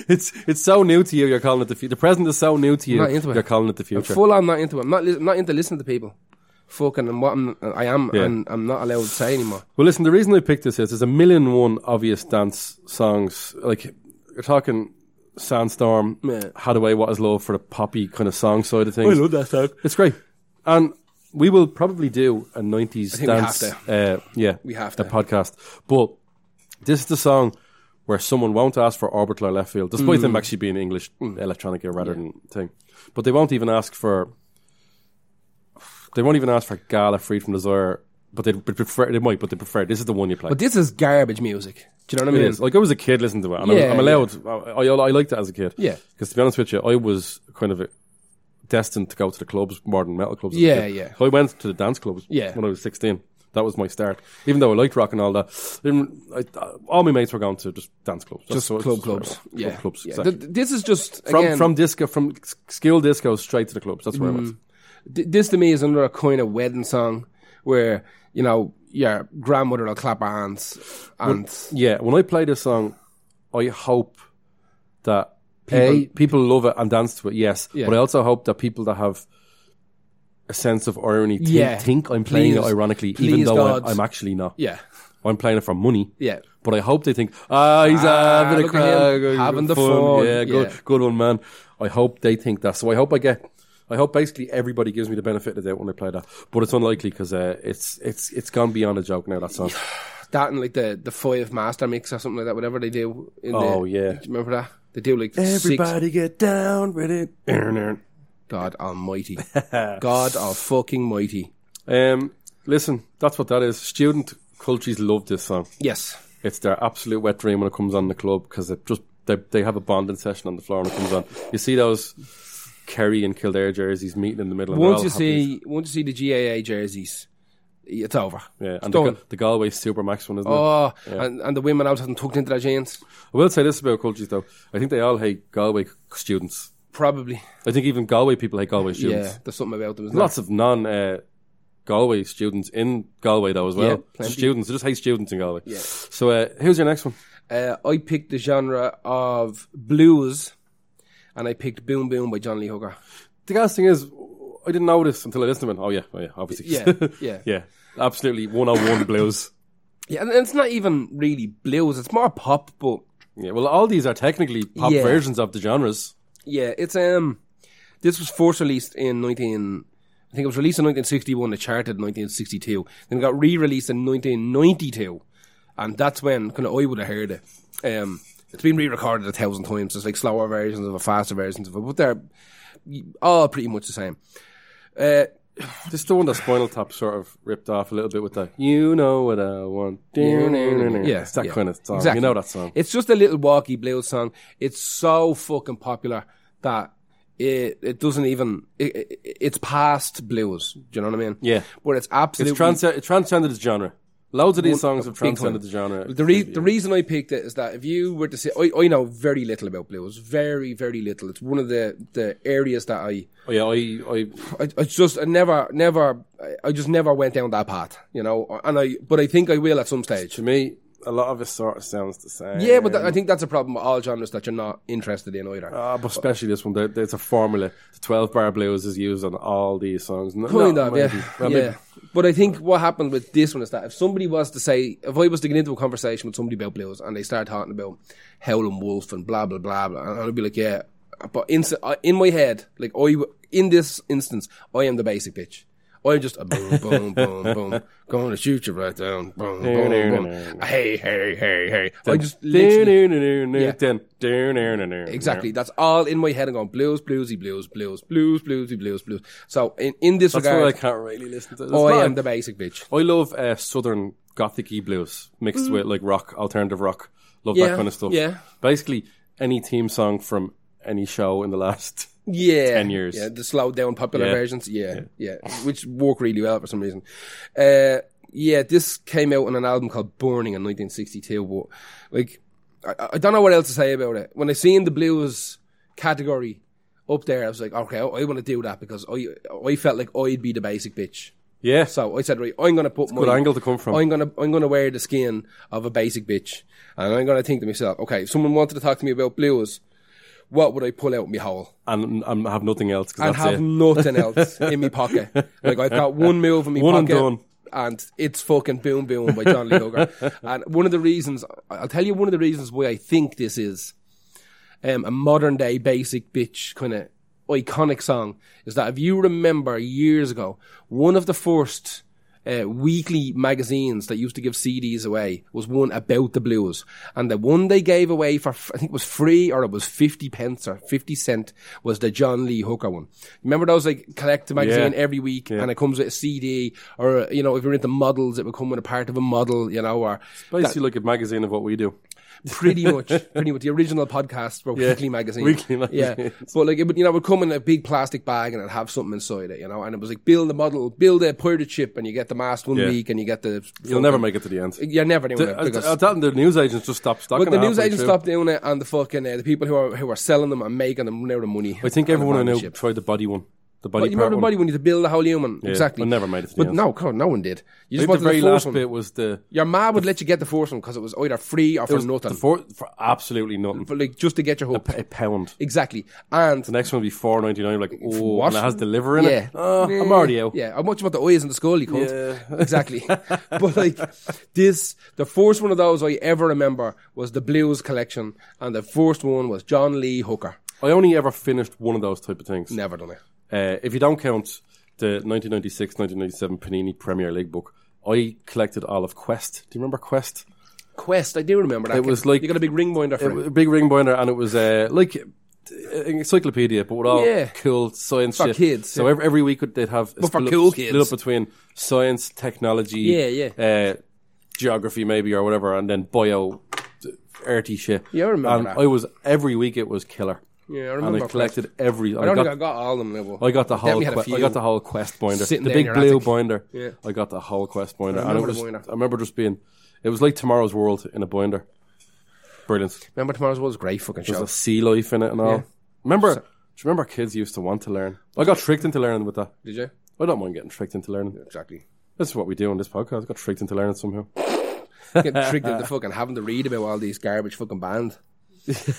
Speaker 2: it's it's so new to you. You're calling it the future. The present is so new to you.
Speaker 1: Not into it.
Speaker 2: You're calling it the future.
Speaker 1: full. I'm not into it. I'm not. Li- I'm not into listening to people. Fucking and what I'm, I am,
Speaker 2: Yeah.
Speaker 1: and I'm not allowed to say anymore.
Speaker 2: well, listen. The reason I picked this is there's a million and one obvious dance songs. Like you're talking Sandstorm,
Speaker 1: Yeah.
Speaker 2: Hadaway, What Is Love for the poppy kind of song side of things.
Speaker 1: that song.
Speaker 2: It's great, and we will probably do a '90s
Speaker 1: think we have
Speaker 2: dance. Uh, yeah,
Speaker 1: We have to.
Speaker 2: a podcast, but this is the song. Where someone won't ask for orbital or left field, despite
Speaker 1: Hmm.
Speaker 2: them actually being English mm, electronic rather than thing, but they won't even ask for They won't even ask for Gala Freed from Desire, but they would prefer. They might, but they prefer. This is the one you play.
Speaker 1: But this is garbage music. Do you know what I
Speaker 2: It
Speaker 1: mean?
Speaker 2: is. Like I was a kid listening to it, and
Speaker 1: Yeah,
Speaker 2: I'm, I'm allowed. I, I, I liked it as a kid.
Speaker 1: Yeah.
Speaker 2: Because to be honest with you, I was kind of destined to go to the clubs more than metal clubs. as a
Speaker 1: Yeah,
Speaker 2: kid.
Speaker 1: yeah.
Speaker 2: So I went to the dance clubs.
Speaker 1: Yeah.
Speaker 2: When I was 16, that was my start. Even though I liked rock and all that, even- I, all my mates were going to just dance clubs. That's
Speaker 1: Just
Speaker 2: what-
Speaker 1: club
Speaker 2: that's what I
Speaker 1: clubs.
Speaker 2: went.
Speaker 1: Yeah,
Speaker 2: Club clubs.
Speaker 1: Yeah.
Speaker 2: Exactly.
Speaker 1: Th- th- this is just
Speaker 2: from
Speaker 1: again,
Speaker 2: from disco from s- skill disco straight to the clubs. That's where I went.
Speaker 1: th- this to me is another kind of wedding song where you know your grandmother will clap her hands and
Speaker 2: Yeah, when I play this song, I hope that a people love it and dance to it. Yes,
Speaker 1: Yeah.
Speaker 2: but I also hope that people that have a sense of irony think,
Speaker 1: Yeah.
Speaker 2: think I'm playing it
Speaker 1: Please-
Speaker 2: ironically, even
Speaker 1: please,
Speaker 2: though I'm,
Speaker 1: God.
Speaker 2: I'm actually not.
Speaker 1: yeah,
Speaker 2: I'm playing it for money.
Speaker 1: yeah.
Speaker 2: But I hope they think, ah, he's
Speaker 1: Ah,
Speaker 2: having a
Speaker 1: look at him,
Speaker 2: crack, uh,
Speaker 1: having the fun."
Speaker 2: Yeah, good,
Speaker 1: Yeah.
Speaker 2: good one, man. I hope they think that. So I hope I get. I hope basically everybody gives me the benefit of the doubt when I play that, but it's unlikely because uh, it's it's it's gone beyond a joke now. That song.
Speaker 1: That and like the the five master mix or something like that, whatever they do. In
Speaker 2: Oh,
Speaker 1: the,
Speaker 2: yeah.
Speaker 1: do you remember that? They do like six.
Speaker 2: Everybody get down with it.
Speaker 1: God Almighty, God of fucking mighty.
Speaker 2: Um, listen, that's what that is. Student cultures love this song.
Speaker 1: Yes,
Speaker 2: It's their absolute wet dream when it comes on in the club because it just they, they have a bonding session on the floor when it comes on. You see those Kerry and Kildare jerseys meeting in the middle. and they're
Speaker 1: once
Speaker 2: all
Speaker 1: you
Speaker 2: happy.
Speaker 1: see once you see the GAA jerseys, it's over.
Speaker 2: yeah,
Speaker 1: It's
Speaker 2: and the,
Speaker 1: done.
Speaker 2: Ga- the Galway Supermax one, isn't it?
Speaker 1: Oh, and, and the women out haven't tucked into their jeans.
Speaker 2: I will say this about cultures though. I think they all hate Galway c- students.
Speaker 1: Probably.
Speaker 2: I think even Galway people hate Galway students.
Speaker 1: Yeah, there's something about them. Isn't
Speaker 2: Lots of non. Uh, Galway students in Galway though as
Speaker 1: Yeah,
Speaker 2: well.
Speaker 1: plenty.
Speaker 2: students, they just hate students in Galway.
Speaker 1: Yeah.
Speaker 2: So uh, who's your next one?
Speaker 1: there? Uh, I picked the genre of blues, and I picked Boom Boom by John Lee Hooker.
Speaker 2: the gas thing is, I didn't know this until I listened to it. Oh yeah, oh yeah, obviously.
Speaker 1: Yeah, yeah.
Speaker 2: yeah. Absolutely, one on one blues.
Speaker 1: Yeah, and it's not even really blues. It's more pop, but
Speaker 2: Yeah, well, all these are technically pop
Speaker 1: Yeah.
Speaker 2: versions of the genres.
Speaker 1: yeah, it's um. This was first released in nineteen. I think it was released in 1961. It charted in 1962. Then it got re-released in 1992, and that's when kind of I would have heard it. Um, it's been re-recorded a thousand times. There's like slower versions of it, faster versions of it, but they're all pretty much the same. Uh,
Speaker 2: This is the one that Spinal Tap sort of ripped off a little bit with the "You know what I want." Yeah, it's that
Speaker 1: yeah.
Speaker 2: kind of song.
Speaker 1: Exactly.
Speaker 2: You know that song.
Speaker 1: It's just a little walkie blues song. It's so fucking popular that it it doesn't even it, it, it's past blues. Do you know what I mean?
Speaker 2: Yeah.
Speaker 1: But it's absolutely
Speaker 2: It's trans- it transcended its genre. Loads of these songs have
Speaker 1: big time.
Speaker 2: transcended the genre.
Speaker 1: The, re- the reason I picked it is that if you were to say, I, I know very little about blues, very very little. It's one of the the areas that I
Speaker 2: Oh, yeah, I, I
Speaker 1: I, I just I never never I, I just never went down that path. You know, and I but I think I will at some stage.
Speaker 2: to me, a lot of it sort of sounds the same.
Speaker 1: Yeah, but that I think that's a problem with all genres that you're not interested in either.
Speaker 2: Ah, but especially this one, there, there's a formula. The 12 bar blues is used on all these songs. No,
Speaker 1: Kind
Speaker 2: no,
Speaker 1: of,
Speaker 2: maybe.
Speaker 1: yeah.
Speaker 2: Well, maybe.
Speaker 1: yeah. But I think what happened with this one is that if somebody was to say, if I was to get into a conversation with somebody about blues and they start talking about Howlin' Wolf and blah, blah, blah, blah, and I'd be like, yeah. But in, in my head, like, I, in this instance, I am the basic bitch. I'm just a boom, boom, boom, boom. Gonna shoot you right down. Boom, boom, boom. Hey, hey, hey, hey. I just literally
Speaker 2: Do-do-do-do-do, then, do-do-do-do-do.
Speaker 1: Exactly. That's all in my head. I'm going blues, bluesy, blues, blues, blues, bluesy, blues, blues. So in, in this
Speaker 2: That's why I
Speaker 1: regard,
Speaker 2: can't really listen to this.
Speaker 1: I,
Speaker 2: Not-
Speaker 1: am the basic bitch.
Speaker 2: I love uh, southern gothic blues mixed with like rock, alternative rock. Love
Speaker 1: Yeah,
Speaker 2: that kind of stuff.
Speaker 1: yeah.
Speaker 2: Basically, any theme song from any show in the last.
Speaker 1: Yeah.
Speaker 2: 10 years.
Speaker 1: Yeah. The slowed down popular
Speaker 2: Yeah.
Speaker 1: versions. Yeah, yeah. Which work really well for some reason. Uh, yeah, this came out on an album called Burning in 1962. But like, I, I don't know what else to say about it. When I seen the blues category up there, I was like, okay, I, I want to do that because I, I felt like I'd be the basic bitch.
Speaker 2: Yeah.
Speaker 1: So I said, right, I'm going to put my
Speaker 2: good angle to come from.
Speaker 1: I'm gonna I'm gonna wear the skin of a basic bitch, and I'm gonna think to myself, okay, if someone wanted to talk to me about blues, what would I pull out my hole
Speaker 2: and, and have nothing else. 'cause
Speaker 1: and
Speaker 2: that's
Speaker 1: have
Speaker 2: it.
Speaker 1: nothing else in my pocket? Like I've got one move in my
Speaker 2: One and
Speaker 1: pocket.
Speaker 2: done.
Speaker 1: And it's fucking Boom Boom by John Lee Hooker. and one of the reasons, I'll tell you one of the reasons why I think this is um, a modern day basic bitch kind of iconic song is that if you remember years ago, one of the first uh, weekly magazines that used to give CDs away was one about the blues. And the one they gave away for, f- I think it was free or it was 50 pence or 50 cent was the John Lee Hooker one. Remember those like collect the magazine
Speaker 2: Yeah.
Speaker 1: every week and it comes with a CD or, you know, if you're into models, it would come with a part of a model, you know, or
Speaker 2: Basically, like a magazine of what we do.
Speaker 1: pretty much, pretty much the original podcast for Weekly Magazine.
Speaker 2: Weekly
Speaker 1: yeah.
Speaker 2: Magazine.
Speaker 1: But like, it would, you know, it would come in a big plastic bag and it'd have something inside it, you know, and it was like build a model, build a pirate ship, and you get the mast one
Speaker 2: Yeah.
Speaker 1: week, and you get the.
Speaker 2: You'll never make it to the end.
Speaker 1: You're never doing it
Speaker 2: Uh,
Speaker 1: because.
Speaker 2: uh, that and the news agents just stopped stocking
Speaker 1: but the
Speaker 2: it
Speaker 1: news
Speaker 2: halfway
Speaker 1: agents
Speaker 2: through.
Speaker 1: stopped doing it, and the fucking uh, the people who are who are selling them and making them run out of money.
Speaker 2: I think
Speaker 1: on the
Speaker 2: everyone I know
Speaker 1: membership.
Speaker 2: tried the body one. The body
Speaker 1: But you remember
Speaker 2: part
Speaker 1: the body when you had to build a whole human? exactly.
Speaker 2: I never made it to the
Speaker 1: But
Speaker 2: end.
Speaker 1: no, God, no one did. You just
Speaker 2: one. I think
Speaker 1: wanted
Speaker 2: the very
Speaker 1: fourth
Speaker 2: last
Speaker 1: one.
Speaker 2: bit was the,
Speaker 1: Your ma would let you get the fourth one because it was either free or for nothing,
Speaker 2: the four, for absolutely nothing.
Speaker 1: but uh, like just to get your hope.
Speaker 2: A pound.
Speaker 1: Exactly. And
Speaker 2: The next one would be four ninety nine. Like oh,
Speaker 1: What?
Speaker 2: and it has the liver in
Speaker 1: yeah.
Speaker 2: it. Oh, I'm already out.
Speaker 1: Yeah, I'm watching about the eyes and the skull, you cunt.
Speaker 2: Yeah.
Speaker 1: Exactly. but like this, the first one of those I ever remember was the Blues collection, and the first one was John Lee Hooker.
Speaker 2: I only ever finished one of those type of things.
Speaker 1: Never done it.
Speaker 2: Uh, if you don't count the 1996-1997 Panini Premier League book, I collected all of Quest. Do you remember Quest?
Speaker 1: Quest, I do remember that.
Speaker 2: It was like-
Speaker 1: you got a big ring binder for it.
Speaker 2: A big ring binder, and it was uh, like an encyclopedia, but with all
Speaker 1: Yeah.
Speaker 2: cool science
Speaker 1: For
Speaker 2: shit.
Speaker 1: kids,
Speaker 2: So every, every week they'd have a
Speaker 1: for
Speaker 2: split,
Speaker 1: cool
Speaker 2: up,
Speaker 1: kids.
Speaker 2: split up between science, technology,
Speaker 1: Yeah, yeah.
Speaker 2: Uh, geography maybe or whatever, and then bio, earthy shit.
Speaker 1: Yeah, I remember
Speaker 2: And
Speaker 1: that.
Speaker 2: I was every week it was killer.
Speaker 1: Yeah, I
Speaker 2: and
Speaker 1: remember.
Speaker 2: I
Speaker 1: Quest.
Speaker 2: collected every.
Speaker 1: I
Speaker 2: I
Speaker 1: don't
Speaker 2: got,
Speaker 1: think I got all of them. Level.
Speaker 2: I got the whole.
Speaker 1: Definitely had a
Speaker 2: Que- I
Speaker 1: few.
Speaker 2: got the whole quest binder,
Speaker 1: Sitting
Speaker 2: the
Speaker 1: there in
Speaker 2: big
Speaker 1: your
Speaker 2: blue
Speaker 1: attic.
Speaker 2: binder.
Speaker 1: Yeah.
Speaker 2: I got the whole quest binder, and it
Speaker 1: remember
Speaker 2: was.
Speaker 1: the binder.
Speaker 2: I remember just being. It was like tomorrow's world in a binder. Brilliant.
Speaker 1: Remember tomorrow's was a great fucking show.
Speaker 2: There's a sea life in it and all. Remember, do you remember kids used to want to learn? I got tricked into learning with that.
Speaker 1: Did you?
Speaker 2: I don't mind getting tricked into learning.
Speaker 1: Exactly.
Speaker 2: This is what we do on this podcast. I got tricked into learning somehow.
Speaker 1: Getting tricked into fucking having to read about all these garbage fucking bands.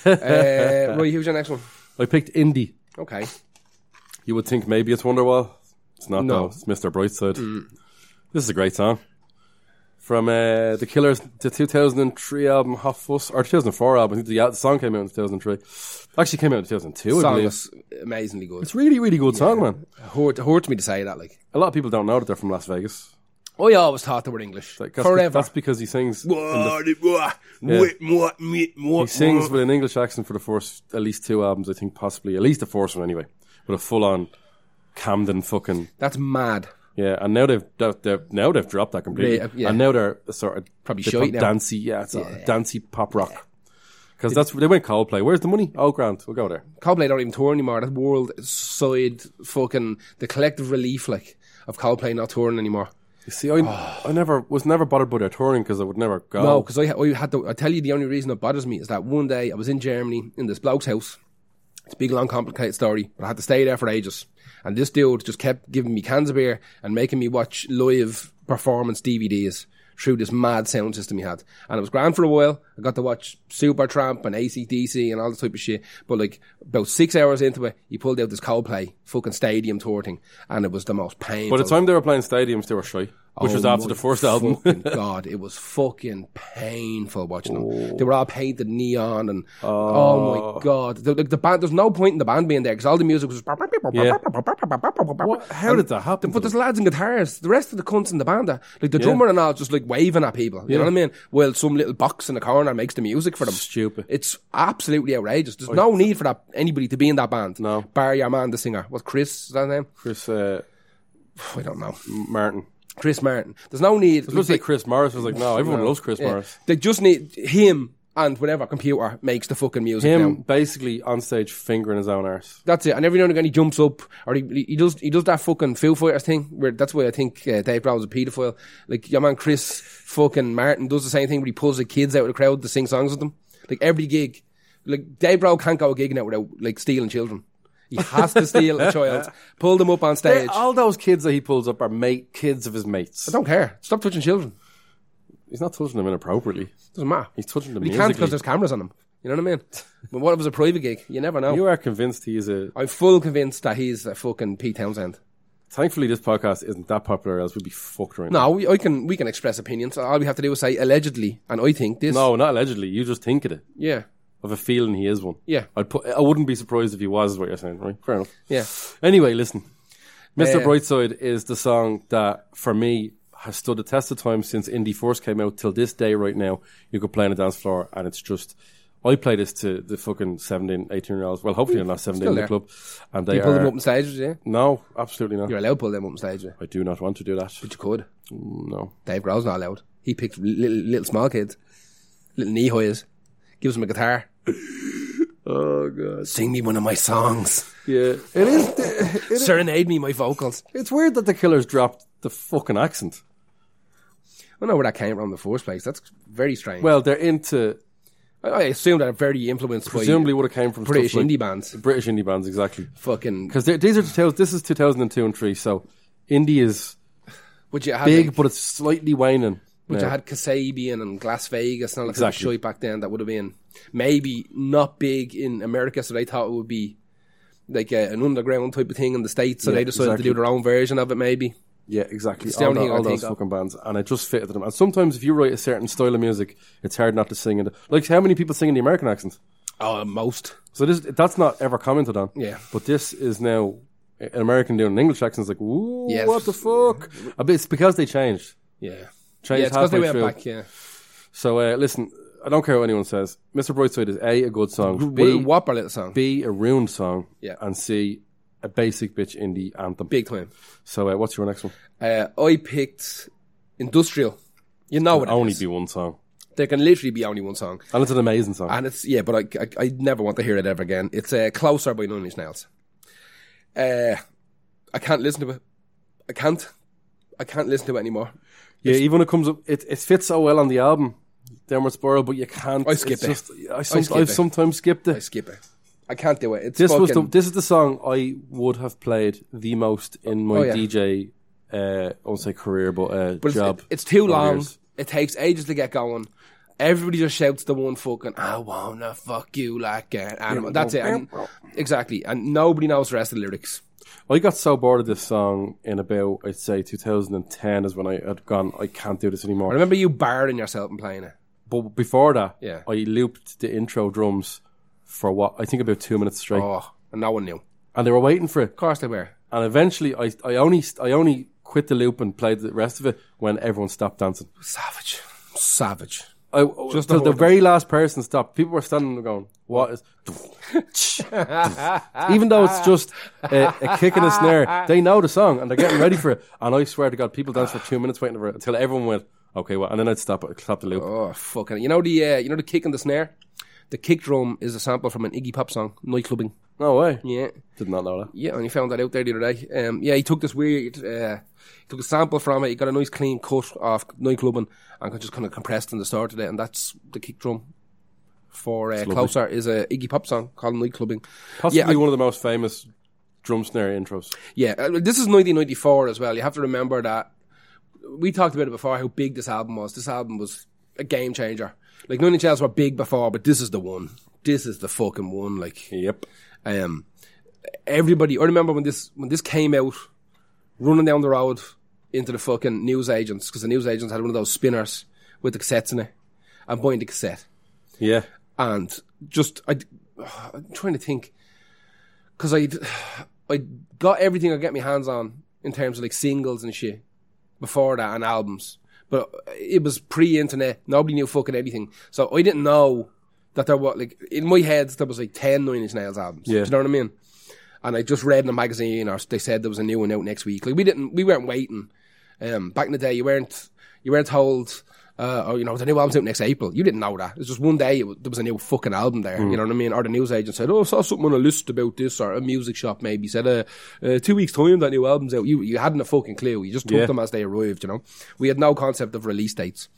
Speaker 1: uh, Roy, who's your next one?
Speaker 2: I picked indie.
Speaker 1: Okay.
Speaker 2: You would think maybe it's Wonderwall. It's not
Speaker 1: No. Mm.
Speaker 2: though. It's Mr. Brightside. This is a great song. from uh, the Killers, the 2003 album Hot Fuss or 2004 album. I think the, al- the song came out in 2003. Actually, came out in 2002. I
Speaker 1: song
Speaker 2: believe.
Speaker 1: was amazingly good.
Speaker 2: It's really, really good song, man.
Speaker 1: Hurt, hurt me to say that. Like
Speaker 2: A lot of people don't know that they're from Las Vegas.
Speaker 1: Oh, I always thought they were English
Speaker 2: Like, that's
Speaker 1: forever.
Speaker 2: That's because he sings. He
Speaker 1: He
Speaker 2: sings with an English accent for the first at least two albums, I think, possibly at least the first one anyway, with a full on Camden fucking
Speaker 1: That's mad.
Speaker 2: yeah. And now they've they've, they've now they've dropped that completely,
Speaker 1: They- uh, yeah.
Speaker 2: and now they're sort of
Speaker 1: Probably
Speaker 2: they've
Speaker 1: shite
Speaker 2: gone
Speaker 1: now.
Speaker 2: dancey, yeah, it's a dancey pop rock. Because that's they went Coldplay. Where's the money? Oh, Grant, we'll go there.
Speaker 1: Coldplay don't even tour anymore. That world side fucking the collective relief like of Coldplay not touring anymore.
Speaker 2: You see, I, I never was never bothered by their touring because I would never go.
Speaker 1: No, because I, I had to. I tell you, the only reason it bothers me is that one day I was in Germany in this bloke's house. It's a big, long, complicated story, but I had to stay there for ages. And this dude just kept giving me cans of beer and making me watch live performance DVDs through this mad sound system he had. And it was grand for a while. I got to watch Supertramp and ACDC and all this type of shit. But like about six hours into it, he pulled out this Coldplay fucking stadium tour thing, and it was the most
Speaker 2: By
Speaker 1: painful.
Speaker 2: the time they were playing stadiums, they were shy, which was
Speaker 1: Oh
Speaker 2: after
Speaker 1: my
Speaker 2: the first album.
Speaker 1: fucking God, it was fucking painful watching them.
Speaker 2: Oh.
Speaker 1: They were all painted neon, and oh, my God, the, the, the band. There's no point in the band being there because all the music was.
Speaker 2: Yeah.
Speaker 1: What?
Speaker 2: How did that happen?
Speaker 1: But
Speaker 2: to
Speaker 1: there's lads and guitarists. The rest of the cunts in the band, are, like the drummer and all, just like waving at people. You know what I mean? Well, some little box in the corner makes the music for them.
Speaker 2: Stupid.
Speaker 1: It's absolutely outrageous. There's no need for that anybody to be in that band.
Speaker 2: No.
Speaker 1: Barry your man, the singer. What's Chris? Is that his name?
Speaker 2: Chris uh,
Speaker 1: I don't know.
Speaker 2: Martin.
Speaker 1: Chris Martin. There's no need.
Speaker 2: It was like Chris Morris was like, no, everyone loves Chris
Speaker 1: Yeah.
Speaker 2: Morris.
Speaker 1: They just need him and whatever computer makes the fucking music.
Speaker 2: Him
Speaker 1: now.
Speaker 2: basically on stage fingering his own arse.
Speaker 1: That's it. And every now and again he jumps up or he, he does he does that fucking Foo Fighters thing. Where that's why I think uh, Dave Brown was a paedophile. Like your man Chris fucking Martin does the same thing where he pulls the kids out of the crowd to sing songs with them. Like every gig, like Dave Brown can't go a gig now without like stealing children. He has to steal a child, pull them up on stage. I
Speaker 2: All those kids that he pulls up are mate kids of his mates.
Speaker 1: don't care. Stop touching children.
Speaker 2: He's not touching them inappropriately.
Speaker 1: Doesn't matter.
Speaker 2: He's touching them
Speaker 1: But he can't because
Speaker 2: musically.
Speaker 1: there's cameras on him. You know what I mean? But what if it was a private gig? You never know.
Speaker 2: You are convinced he is a.
Speaker 1: I'm full convinced that he's a fucking Pete Townsend.
Speaker 2: Thankfully, this podcast isn't that popular, else we'd be fucked right now.
Speaker 1: No, we, I can we can express opinions. All we have to do is say allegedly, and I think this.
Speaker 2: No, not allegedly. You just think of it.
Speaker 1: Yeah,
Speaker 2: Of a feeling he is one.
Speaker 1: Yeah.
Speaker 2: I'd put. I wouldn't be surprised if he was. Is what you're saying, right? Fair enough.
Speaker 1: yeah.
Speaker 2: Anyway, listen. Mr.
Speaker 1: Uh,
Speaker 2: Brightside is the song that, for me, has stood the test of time since Indie Force came out till this day right now. You could play on a dance floor and it's just. I play this to the fucking 17, 18 year olds. Well, hopefully they're not 17 in the
Speaker 1: there.
Speaker 2: club. And they
Speaker 1: You pull
Speaker 2: are.
Speaker 1: them up on stages, yeah.
Speaker 2: No, absolutely not.
Speaker 1: You're allowed to pull them up on stage, yeah.
Speaker 2: I do not want to do that.
Speaker 1: But you could.
Speaker 2: No.
Speaker 1: Dave Grohl's not allowed. He picked little, little small kids, little knee hoyers, gives them a guitar.
Speaker 2: Oh, God.
Speaker 1: Sing me one of my songs.
Speaker 2: Yeah. It is.
Speaker 1: Serenade me my vocals.
Speaker 2: It's weird that the killers dropped the fucking accent.
Speaker 1: I don't know where that came from in the first place. That's very strange.
Speaker 2: Well, they're into.
Speaker 1: I, I assume that are very influenced by
Speaker 2: Presumably would have came from
Speaker 1: British
Speaker 2: stuff like-
Speaker 1: indie bands.
Speaker 2: British indie bands, exactly.
Speaker 1: Fucking.
Speaker 2: Because these are details. This is 2002 and three, so indie is
Speaker 1: Would you have
Speaker 2: big, but it's slightly waning.
Speaker 1: Which
Speaker 2: now.
Speaker 1: I had Kasabian and Las Vegas and all that
Speaker 2: Exactly.
Speaker 1: kind of shit back then. That would have been maybe not big in America, so they thought it would be like a, an underground type of thing in the states. So
Speaker 2: Yeah,
Speaker 1: they decided
Speaker 2: exactly.
Speaker 1: to do their own version of it. Maybe
Speaker 2: yeah, exactly.
Speaker 1: the
Speaker 2: all
Speaker 1: only
Speaker 2: tho-
Speaker 1: thing I
Speaker 2: all those
Speaker 1: think of.
Speaker 2: fucking bands, and it just fitted them. And sometimes, if you write a certain style of music, it's hard not to sing it. Like how many people sing in the American accent?
Speaker 1: oh, most
Speaker 2: So this that's not ever commented on.
Speaker 1: Yeah.
Speaker 2: But this is now an American doing an English accent. It's like, ooh,
Speaker 1: Yes.
Speaker 2: what the fuck? A bit- It's because they changed.
Speaker 1: yeah,
Speaker 2: Changed
Speaker 1: yeah. It's because they
Speaker 2: halfway
Speaker 1: went
Speaker 2: through.
Speaker 1: back. Yeah,
Speaker 2: So uh, listen, I don't care what anyone says. Mr. Brightside is a a good song,
Speaker 1: what a
Speaker 2: b
Speaker 1: whopper little song,
Speaker 2: b a ruined song,
Speaker 1: Yeah.
Speaker 2: and c a basic bitch indie anthem.
Speaker 1: big time.
Speaker 2: So uh, what's your next one?
Speaker 1: Uh, I picked industrial. You know what? it
Speaker 2: Only
Speaker 1: is.
Speaker 2: be one song,
Speaker 1: There can literally be only one song,
Speaker 2: and it's an amazing song.
Speaker 1: and it's yeah. But I, I, I never want to hear it ever again. It's uh, closer by Nine Inch Nails. Uh, I can't listen to it. I can't. I can't listen to it anymore.
Speaker 2: yeah, even when it comes up, it, it fits so well on the album. Downward Spiral, but you can't.
Speaker 1: I skip
Speaker 2: it's
Speaker 1: it.
Speaker 2: Just, I, some,
Speaker 1: skip
Speaker 2: I've
Speaker 1: it.
Speaker 2: sometimes skipped
Speaker 1: I
Speaker 2: it.
Speaker 1: skip it. I can't do it. It's
Speaker 2: This was the,
Speaker 1: fucking-
Speaker 2: this is the song I would have played the most in my
Speaker 1: Oh, yeah.
Speaker 2: DJ. Uh, I won't say career, but, uh,
Speaker 1: but it's,
Speaker 2: job.
Speaker 1: it's too
Speaker 2: over
Speaker 1: long.
Speaker 2: years.
Speaker 1: It takes ages to get going. Everybody just shouts the one fucking "I wanna fuck you like an animal." That's it. And- exactly, and nobody knows the rest of the lyrics.
Speaker 2: I got so bored of this song in about I'd say 2010 is when I had gone. I can't do this
Speaker 1: I
Speaker 2: anymore.
Speaker 1: remember you barring yourself and playing it.
Speaker 2: But before that,
Speaker 1: Yeah.
Speaker 2: I looped the intro drums for what I think about two minutes straight,
Speaker 1: Oh, and no one knew. Of
Speaker 2: and they were waiting for it.
Speaker 1: course they were.
Speaker 2: And eventually, I I only st- I only quit the loop and played the rest of it when everyone stopped dancing.
Speaker 1: Savage. Savage.
Speaker 2: I,
Speaker 1: Just
Speaker 2: Just
Speaker 1: the
Speaker 2: till the,
Speaker 1: whole
Speaker 2: very last person stopped. People were standing there going, "What is?" Even though it's just a, a kick and a snare, they know the song and they're getting ready for it. And I swear to God, people danced for two minutes waiting for it until everyone went, "Okay, well," and then I'd stop it, stop the loop.
Speaker 1: Oh fucking! You know the uh, you know the kick and the snare. The kick drum is a sample from an Iggy Pop song, Nightclubbing.
Speaker 2: No way,
Speaker 1: Yeah,
Speaker 2: did not know that.
Speaker 1: yeah, and he found that out there the other day. Um, yeah, he took this weird, uh, he took a sample from it. He got a nice clean cut off Nightclubbing, and just kind of compressed and distorted it, and that's the kick drum. For uh, closer is a Iggy Pop song called Nightclubbing.
Speaker 2: Possibly
Speaker 1: Yeah, I-
Speaker 2: one of the most famous drum snare intros.
Speaker 1: Yeah, uh, this is 1994 as well. You have to remember that we talked about it before how big this album was. This album was a game changer. Like Nine Inch Nails were big before, but this is the one. This is the fucking one. Like
Speaker 2: Yep.
Speaker 1: um, everybody. I remember when this when this came out, running down the road into the fucking newsagents because the newsagents had one of those spinners with the cassettes in it. I'm buying the cassette
Speaker 2: Yeah.
Speaker 1: and just I, am trying to think because I I got everything I get my hands on in terms of like singles and shit before that and albums, but it was pre-internet. Nobody knew fucking anything, so I didn't know that there were like in my head there was like ten Nine Inch Nails albums.
Speaker 2: Yeah.
Speaker 1: Do you know what I mean? And I just read in a magazine, or they said there was a new one out next week. Like we didn't, we weren't waiting. Um, back in the day, you weren't, you weren't told, uh, oh, you know, the new album's out next April. You didn't know that. It was just one day it was, there was a new fucking album there.
Speaker 2: Hmm.
Speaker 1: You know what I mean? Or the news agent said, oh, I saw something on a list about this, or a music shop maybe said, uh, uh two weeks time that new album's out. You you hadn't a fucking clue. You just took
Speaker 2: Yeah.
Speaker 1: them as they arrived. You know, we had no concept of release dates.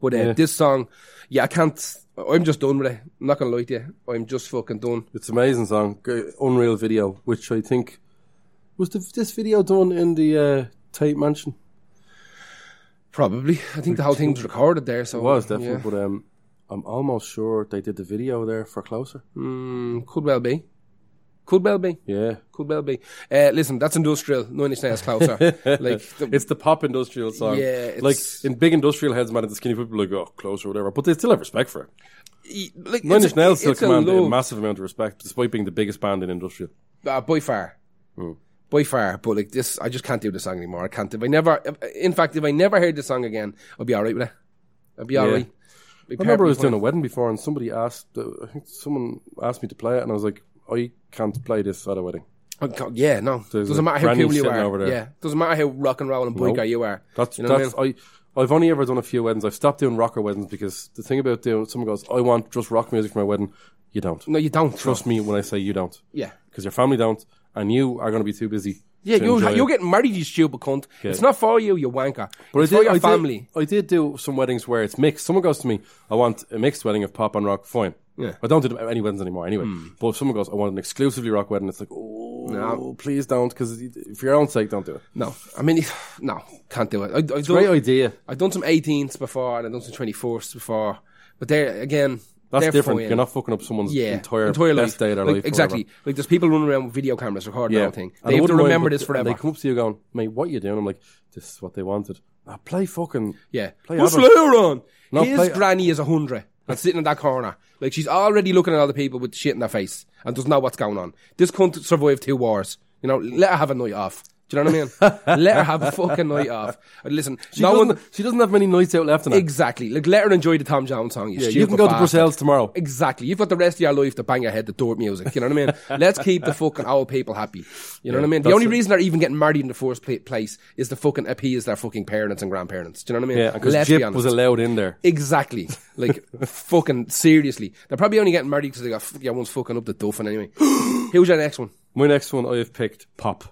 Speaker 1: But uh,
Speaker 2: Yeah.
Speaker 1: this song, yeah, I can't. I'm just done with it. I'm not gonna lie to you. I'm just fucking done.
Speaker 2: It's an amazing song, G- unreal video, which I think was the, this video done in the uh, Tate Mansion.
Speaker 1: Probably. I think the whole thing was recorded there, so
Speaker 2: It was definitely,
Speaker 1: yeah.
Speaker 2: but um, I'm almost sure they did the video there for Closer.
Speaker 1: Mm, could well be. Could well be.
Speaker 2: Yeah,
Speaker 1: Could well be. Uh, listen, that's industrial. No Inch Nails closer. like the,
Speaker 2: it's the pop industrial song.
Speaker 1: Yeah,
Speaker 2: like
Speaker 1: it's-
Speaker 2: in big industrial heads, man, the skinny people are like oh Closer, whatever, but they still have respect for it.
Speaker 1: e- like
Speaker 2: Nine
Speaker 1: it's
Speaker 2: Inch
Speaker 1: a-
Speaker 2: Nails still
Speaker 1: it's a
Speaker 2: command a
Speaker 1: love-
Speaker 2: massive amount of respect, despite being the biggest band in industrial.
Speaker 1: uh, by far,
Speaker 2: Hmm.
Speaker 1: by far. But like this, I just can't do the song anymore. I can't. If I never, if, in fact, if I never heard the song again, I'll be all right with it. I'll be all
Speaker 2: Yeah.
Speaker 1: right. Be
Speaker 2: I remember
Speaker 1: perfectly
Speaker 2: I was
Speaker 1: fine.
Speaker 2: doing a wedding before, and somebody asked, uh, I think someone asked me to play it, and I was like, I can't play this at a wedding.
Speaker 1: Oh, God, yeah, no.
Speaker 2: There's
Speaker 1: doesn't
Speaker 2: a
Speaker 1: matter how
Speaker 2: granny
Speaker 1: cool you
Speaker 2: sitting
Speaker 1: are.
Speaker 2: over there.
Speaker 1: Yeah, doesn't matter how rock and roll and boy
Speaker 2: Nope.
Speaker 1: you are.
Speaker 2: That's
Speaker 1: you know what I
Speaker 2: that's I, I have only ever done a few weddings. I've stopped doing rocker weddings because the thing about doing someone goes, I want just rock music for my wedding. You don't.
Speaker 1: No, you don't
Speaker 2: Trust me when I say you don't.
Speaker 1: Yeah.
Speaker 2: Because your family don't, and you are going to be too busy.
Speaker 1: Yeah,
Speaker 2: to
Speaker 1: you
Speaker 2: enjoy
Speaker 1: you're
Speaker 2: it.
Speaker 1: getting married, you stupid cunt. It's not for you, you wanker. But it's
Speaker 2: I
Speaker 1: for
Speaker 2: did-
Speaker 1: your
Speaker 2: I did-
Speaker 1: family.
Speaker 2: I did do some weddings where it's mixed. Someone goes to me, I want a mixed wedding of pop and rock. Fine.
Speaker 1: Yeah. Hmm.
Speaker 2: I don't do any weddings anymore anyway. But if someone goes, I want an exclusively rock wedding, it's like, oh,
Speaker 1: No.
Speaker 2: please don't, because for your own sake, don't do it.
Speaker 1: No, I mean, no, can't do it. I, I've,
Speaker 2: Great
Speaker 1: done,
Speaker 2: idea.
Speaker 1: I've done some 18s before and I've done some 24s before, but they're, again,
Speaker 2: That's
Speaker 1: they're
Speaker 2: different.
Speaker 1: fine.
Speaker 2: You're not fucking up someone's
Speaker 1: yeah,
Speaker 2: entire, best day of their
Speaker 1: Like,
Speaker 2: life. or
Speaker 1: Exactly.
Speaker 2: whatever.
Speaker 1: Like, there's people running around with video cameras recording the whole thing.
Speaker 2: And I
Speaker 1: They have to
Speaker 2: wouldn't mind,
Speaker 1: remember
Speaker 2: but
Speaker 1: this forever.
Speaker 2: They come up to you going, mate, what are you doing? I'm like, this is what they wanted. Now play fucking.
Speaker 1: Yeah.
Speaker 2: Play
Speaker 1: What's
Speaker 2: Advent.
Speaker 1: Lou on?
Speaker 2: No,
Speaker 1: His
Speaker 2: play-
Speaker 1: granny is a hundred and sitting in that corner. Like she's already looking at other people with shit in their face and doesn't know what's going on. This cunt survived two wars. You know, let her have a night off. Do you know what I mean? let her have a fucking night off. And listen,
Speaker 2: She,
Speaker 1: no
Speaker 2: doesn't,
Speaker 1: one
Speaker 2: she doesn't have many nights out left in her.
Speaker 1: exactly. Like let her enjoy the Tom Jones song. You,
Speaker 2: Yeah,
Speaker 1: stupid
Speaker 2: you can go to
Speaker 1: bastard.
Speaker 2: Brussels tomorrow.
Speaker 1: Exactly. You've got the rest of your life to bang your head to dirt music. You know what I mean? Let's keep the fucking old people happy. You know what I mean? The
Speaker 2: that's
Speaker 1: only
Speaker 2: it.
Speaker 1: reason they're even getting married in the first pla- place is to fucking appease their fucking parents and grandparents. Do you know what I mean?
Speaker 2: Yeah, because
Speaker 1: Let's be
Speaker 2: Jip
Speaker 1: honest.
Speaker 2: was allowed in there.
Speaker 1: Exactly. Like, fucking seriously. They're probably only getting married because they got, fuck, yeah, one's fucking up the dolphin anyway. Who's your next one?
Speaker 2: My next one I have picked pop.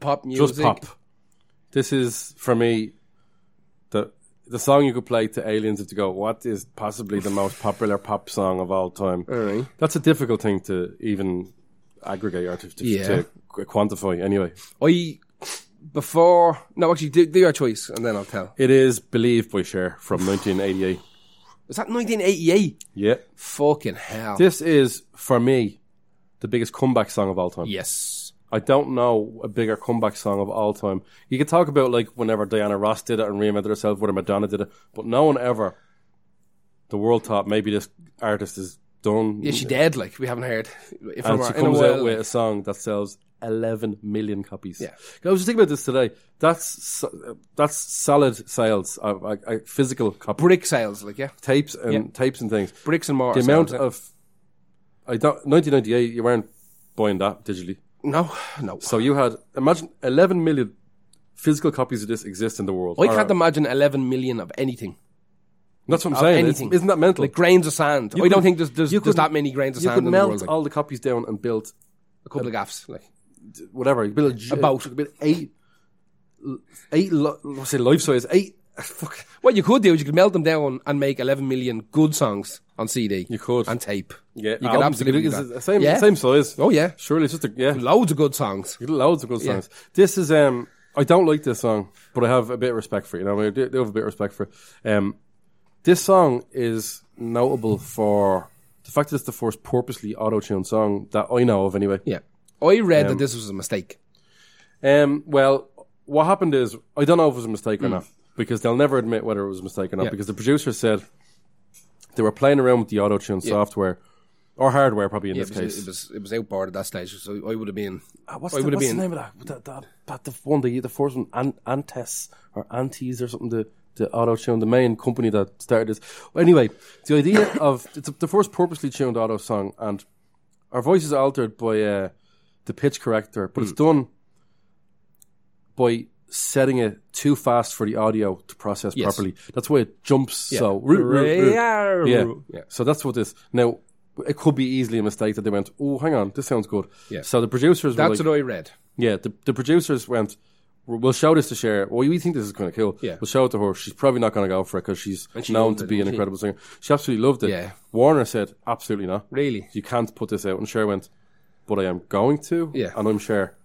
Speaker 1: Pop music.
Speaker 2: Just pop. This is, for me, the the song you could play to aliens if to go, what is possibly the most popular pop song of all time?
Speaker 1: Alright.
Speaker 2: That's a difficult thing to even aggregate or to, to,
Speaker 1: Yeah.
Speaker 2: to qu- quantify anyway.
Speaker 1: I, before, no, actually, do, do your choice and then I'll tell.
Speaker 2: It is Believe by Cher from 1988.
Speaker 1: Is that 1988?
Speaker 2: Yeah.
Speaker 1: Fucking hell.
Speaker 2: This is, for me, the biggest comeback song of all time.
Speaker 1: yes.
Speaker 2: I don't know a bigger comeback song of all time. You could talk about like whenever Diana Ross did it and reinvented herself, whether Madonna did it, but no one ever. The world thought maybe this artist is done.
Speaker 1: Yeah, she dead. Like we haven't heard. If I'm
Speaker 2: and she
Speaker 1: right, in a
Speaker 2: comes
Speaker 1: while.
Speaker 2: out with a song that sells 11 million copies.
Speaker 1: Yeah.
Speaker 2: I was just thinking about this today. That's so- that's solid sales, uh, uh, uh, physical copy
Speaker 1: brick sales. Like yeah,
Speaker 2: tapes and tapes and things.
Speaker 1: bricks and mortar.
Speaker 2: The amount
Speaker 1: sales,
Speaker 2: of I don't 1998 you weren't buying that
Speaker 1: yeah.
Speaker 2: digitally.
Speaker 1: no, no.
Speaker 2: So you had imagine 11 million physical copies of this exist in the world.
Speaker 1: I
Speaker 2: Or-
Speaker 1: can't imagine 11 million of anything.
Speaker 2: That's what I'm saying. It's-
Speaker 1: anything.
Speaker 2: isn't that mental?
Speaker 1: Like grains of sand. I don't
Speaker 2: could-
Speaker 1: think there's there's,
Speaker 2: you
Speaker 1: there's
Speaker 2: could-
Speaker 1: that many grains of
Speaker 2: you could
Speaker 1: sand in the
Speaker 2: melt
Speaker 1: world. Like,
Speaker 2: all the copies down and build
Speaker 1: a couple of gaffs. Like
Speaker 2: whatever. Uh, You build a, j-
Speaker 1: A boat.
Speaker 2: you could build eight, eight. Li- what's it? Life size. Eight. Fuck.
Speaker 1: what you could do is you could melt them down and make 11 million good songs on CD.
Speaker 2: You could.
Speaker 1: and tape.
Speaker 2: yeah.
Speaker 1: you could
Speaker 2: albums,
Speaker 1: absolutely.
Speaker 2: it's
Speaker 1: do
Speaker 2: the
Speaker 1: that.
Speaker 2: Same.
Speaker 1: Yeah.
Speaker 2: Same size.
Speaker 1: Oh yeah,
Speaker 2: Surely it's just a yeah.
Speaker 1: loads of good songs.
Speaker 2: Loads of good songs. This is um. I don't like this song, but I have a bit of respect for it. You know, I do, do have a bit of respect for it. Um, this song is notable for the fact that it's the first purposely auto-tuned song that I know of, anyway.
Speaker 1: Yeah, I read that this was a mistake.
Speaker 2: Um, well, what happened is I don't know if it was a mistake or not because they'll never admit whether it was a mistake or not
Speaker 1: Mm. Yeah.
Speaker 2: because the producer said they were playing around with the auto tune software or hardware, probably in
Speaker 1: It
Speaker 2: this
Speaker 1: was,
Speaker 2: case.
Speaker 1: it was it was outboard at that stage, so I would have been.
Speaker 2: Uh, what's
Speaker 1: I
Speaker 2: the,
Speaker 1: would have
Speaker 2: what's
Speaker 1: been.
Speaker 2: the name of that? that, that, that the one the, the first one, An- Antes or Antes or something. The the auto tune, the main company that started this. Anyway, the idea of it's the first purposely tuned auto song, and our voice is altered by uh, the pitch corrector, but
Speaker 1: Hmm.
Speaker 2: it's done by setting it too fast for the audio to process
Speaker 1: Yes.
Speaker 2: properly. That's why it jumps so. Yeah.
Speaker 1: Yeah.
Speaker 2: So that's what this now. It could be easily a mistake that they went, oh, hang on, this sounds good.
Speaker 1: Yeah.
Speaker 2: So the producers were
Speaker 1: That's
Speaker 2: like,
Speaker 1: what I read.
Speaker 2: yeah, the, the producers went, "We'll we'll show this to Cher. Well, we think this is kind of cool.
Speaker 1: Yeah.
Speaker 2: We'll show it to her. She's probably not going to go for it because she's
Speaker 1: she
Speaker 2: known
Speaker 1: loved
Speaker 2: to
Speaker 1: it,
Speaker 2: be an
Speaker 1: didn't she?
Speaker 2: incredible singer. She absolutely loved it.
Speaker 1: Yeah.
Speaker 2: Warner said, absolutely not.
Speaker 1: Really?
Speaker 2: You can't put this out. And Cher went, but I am going to.
Speaker 1: Yeah.
Speaker 2: And I'm Cher.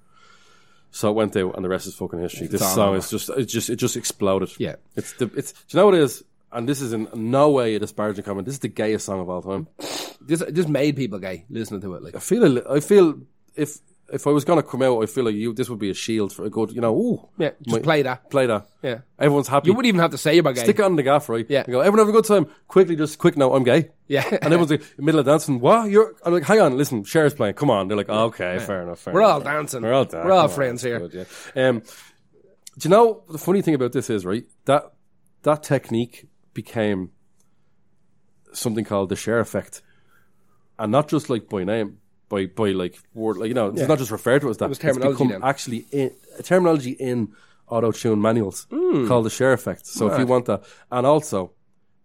Speaker 2: So it went out, and the rest is fucking history. this
Speaker 1: all
Speaker 2: song
Speaker 1: over.
Speaker 2: is just, it just, it just exploded.
Speaker 1: Yeah.
Speaker 2: It's the, it's, do you know what it is? And this is in no way a disparaging comment. This is the gayest song of all time.
Speaker 1: This this made people gay listening to it. Like
Speaker 2: I feel a li- I feel if if I was gonna come out, I feel like you this would be a shield for a good you know. Ooh,
Speaker 1: yeah, just
Speaker 2: my-
Speaker 1: play that.
Speaker 2: play that.
Speaker 1: Yeah.
Speaker 2: everyone's happy.
Speaker 1: You wouldn't even have to say you're gay.
Speaker 2: Stick it on the gaff, right?
Speaker 1: Yeah.
Speaker 2: And go. Everyone have a good time. Quickly, just quick note. I'm gay.
Speaker 1: Yeah.
Speaker 2: and everyone's like in the middle of dancing. What? You're? I'm like, hang on, listen. Cher's playing. Come on. They're like, "Oh, okay, fair enough. Fair
Speaker 1: We're
Speaker 2: enough,
Speaker 1: all
Speaker 2: fair enough.
Speaker 1: dancing.
Speaker 2: We're all dancing.
Speaker 1: We're all
Speaker 2: Come on,
Speaker 1: friends here.
Speaker 2: that's good, yeah. Um, do you know the funny thing about this is right that that technique became something called the share effect, and not just like by name, by by like word, like you know, it's not just referred to as that. It
Speaker 1: was terminology
Speaker 2: it's become
Speaker 1: then.
Speaker 2: actually in, a terminology in auto tune manuals
Speaker 1: Hmm.
Speaker 2: called the share effect. So if you want that, and also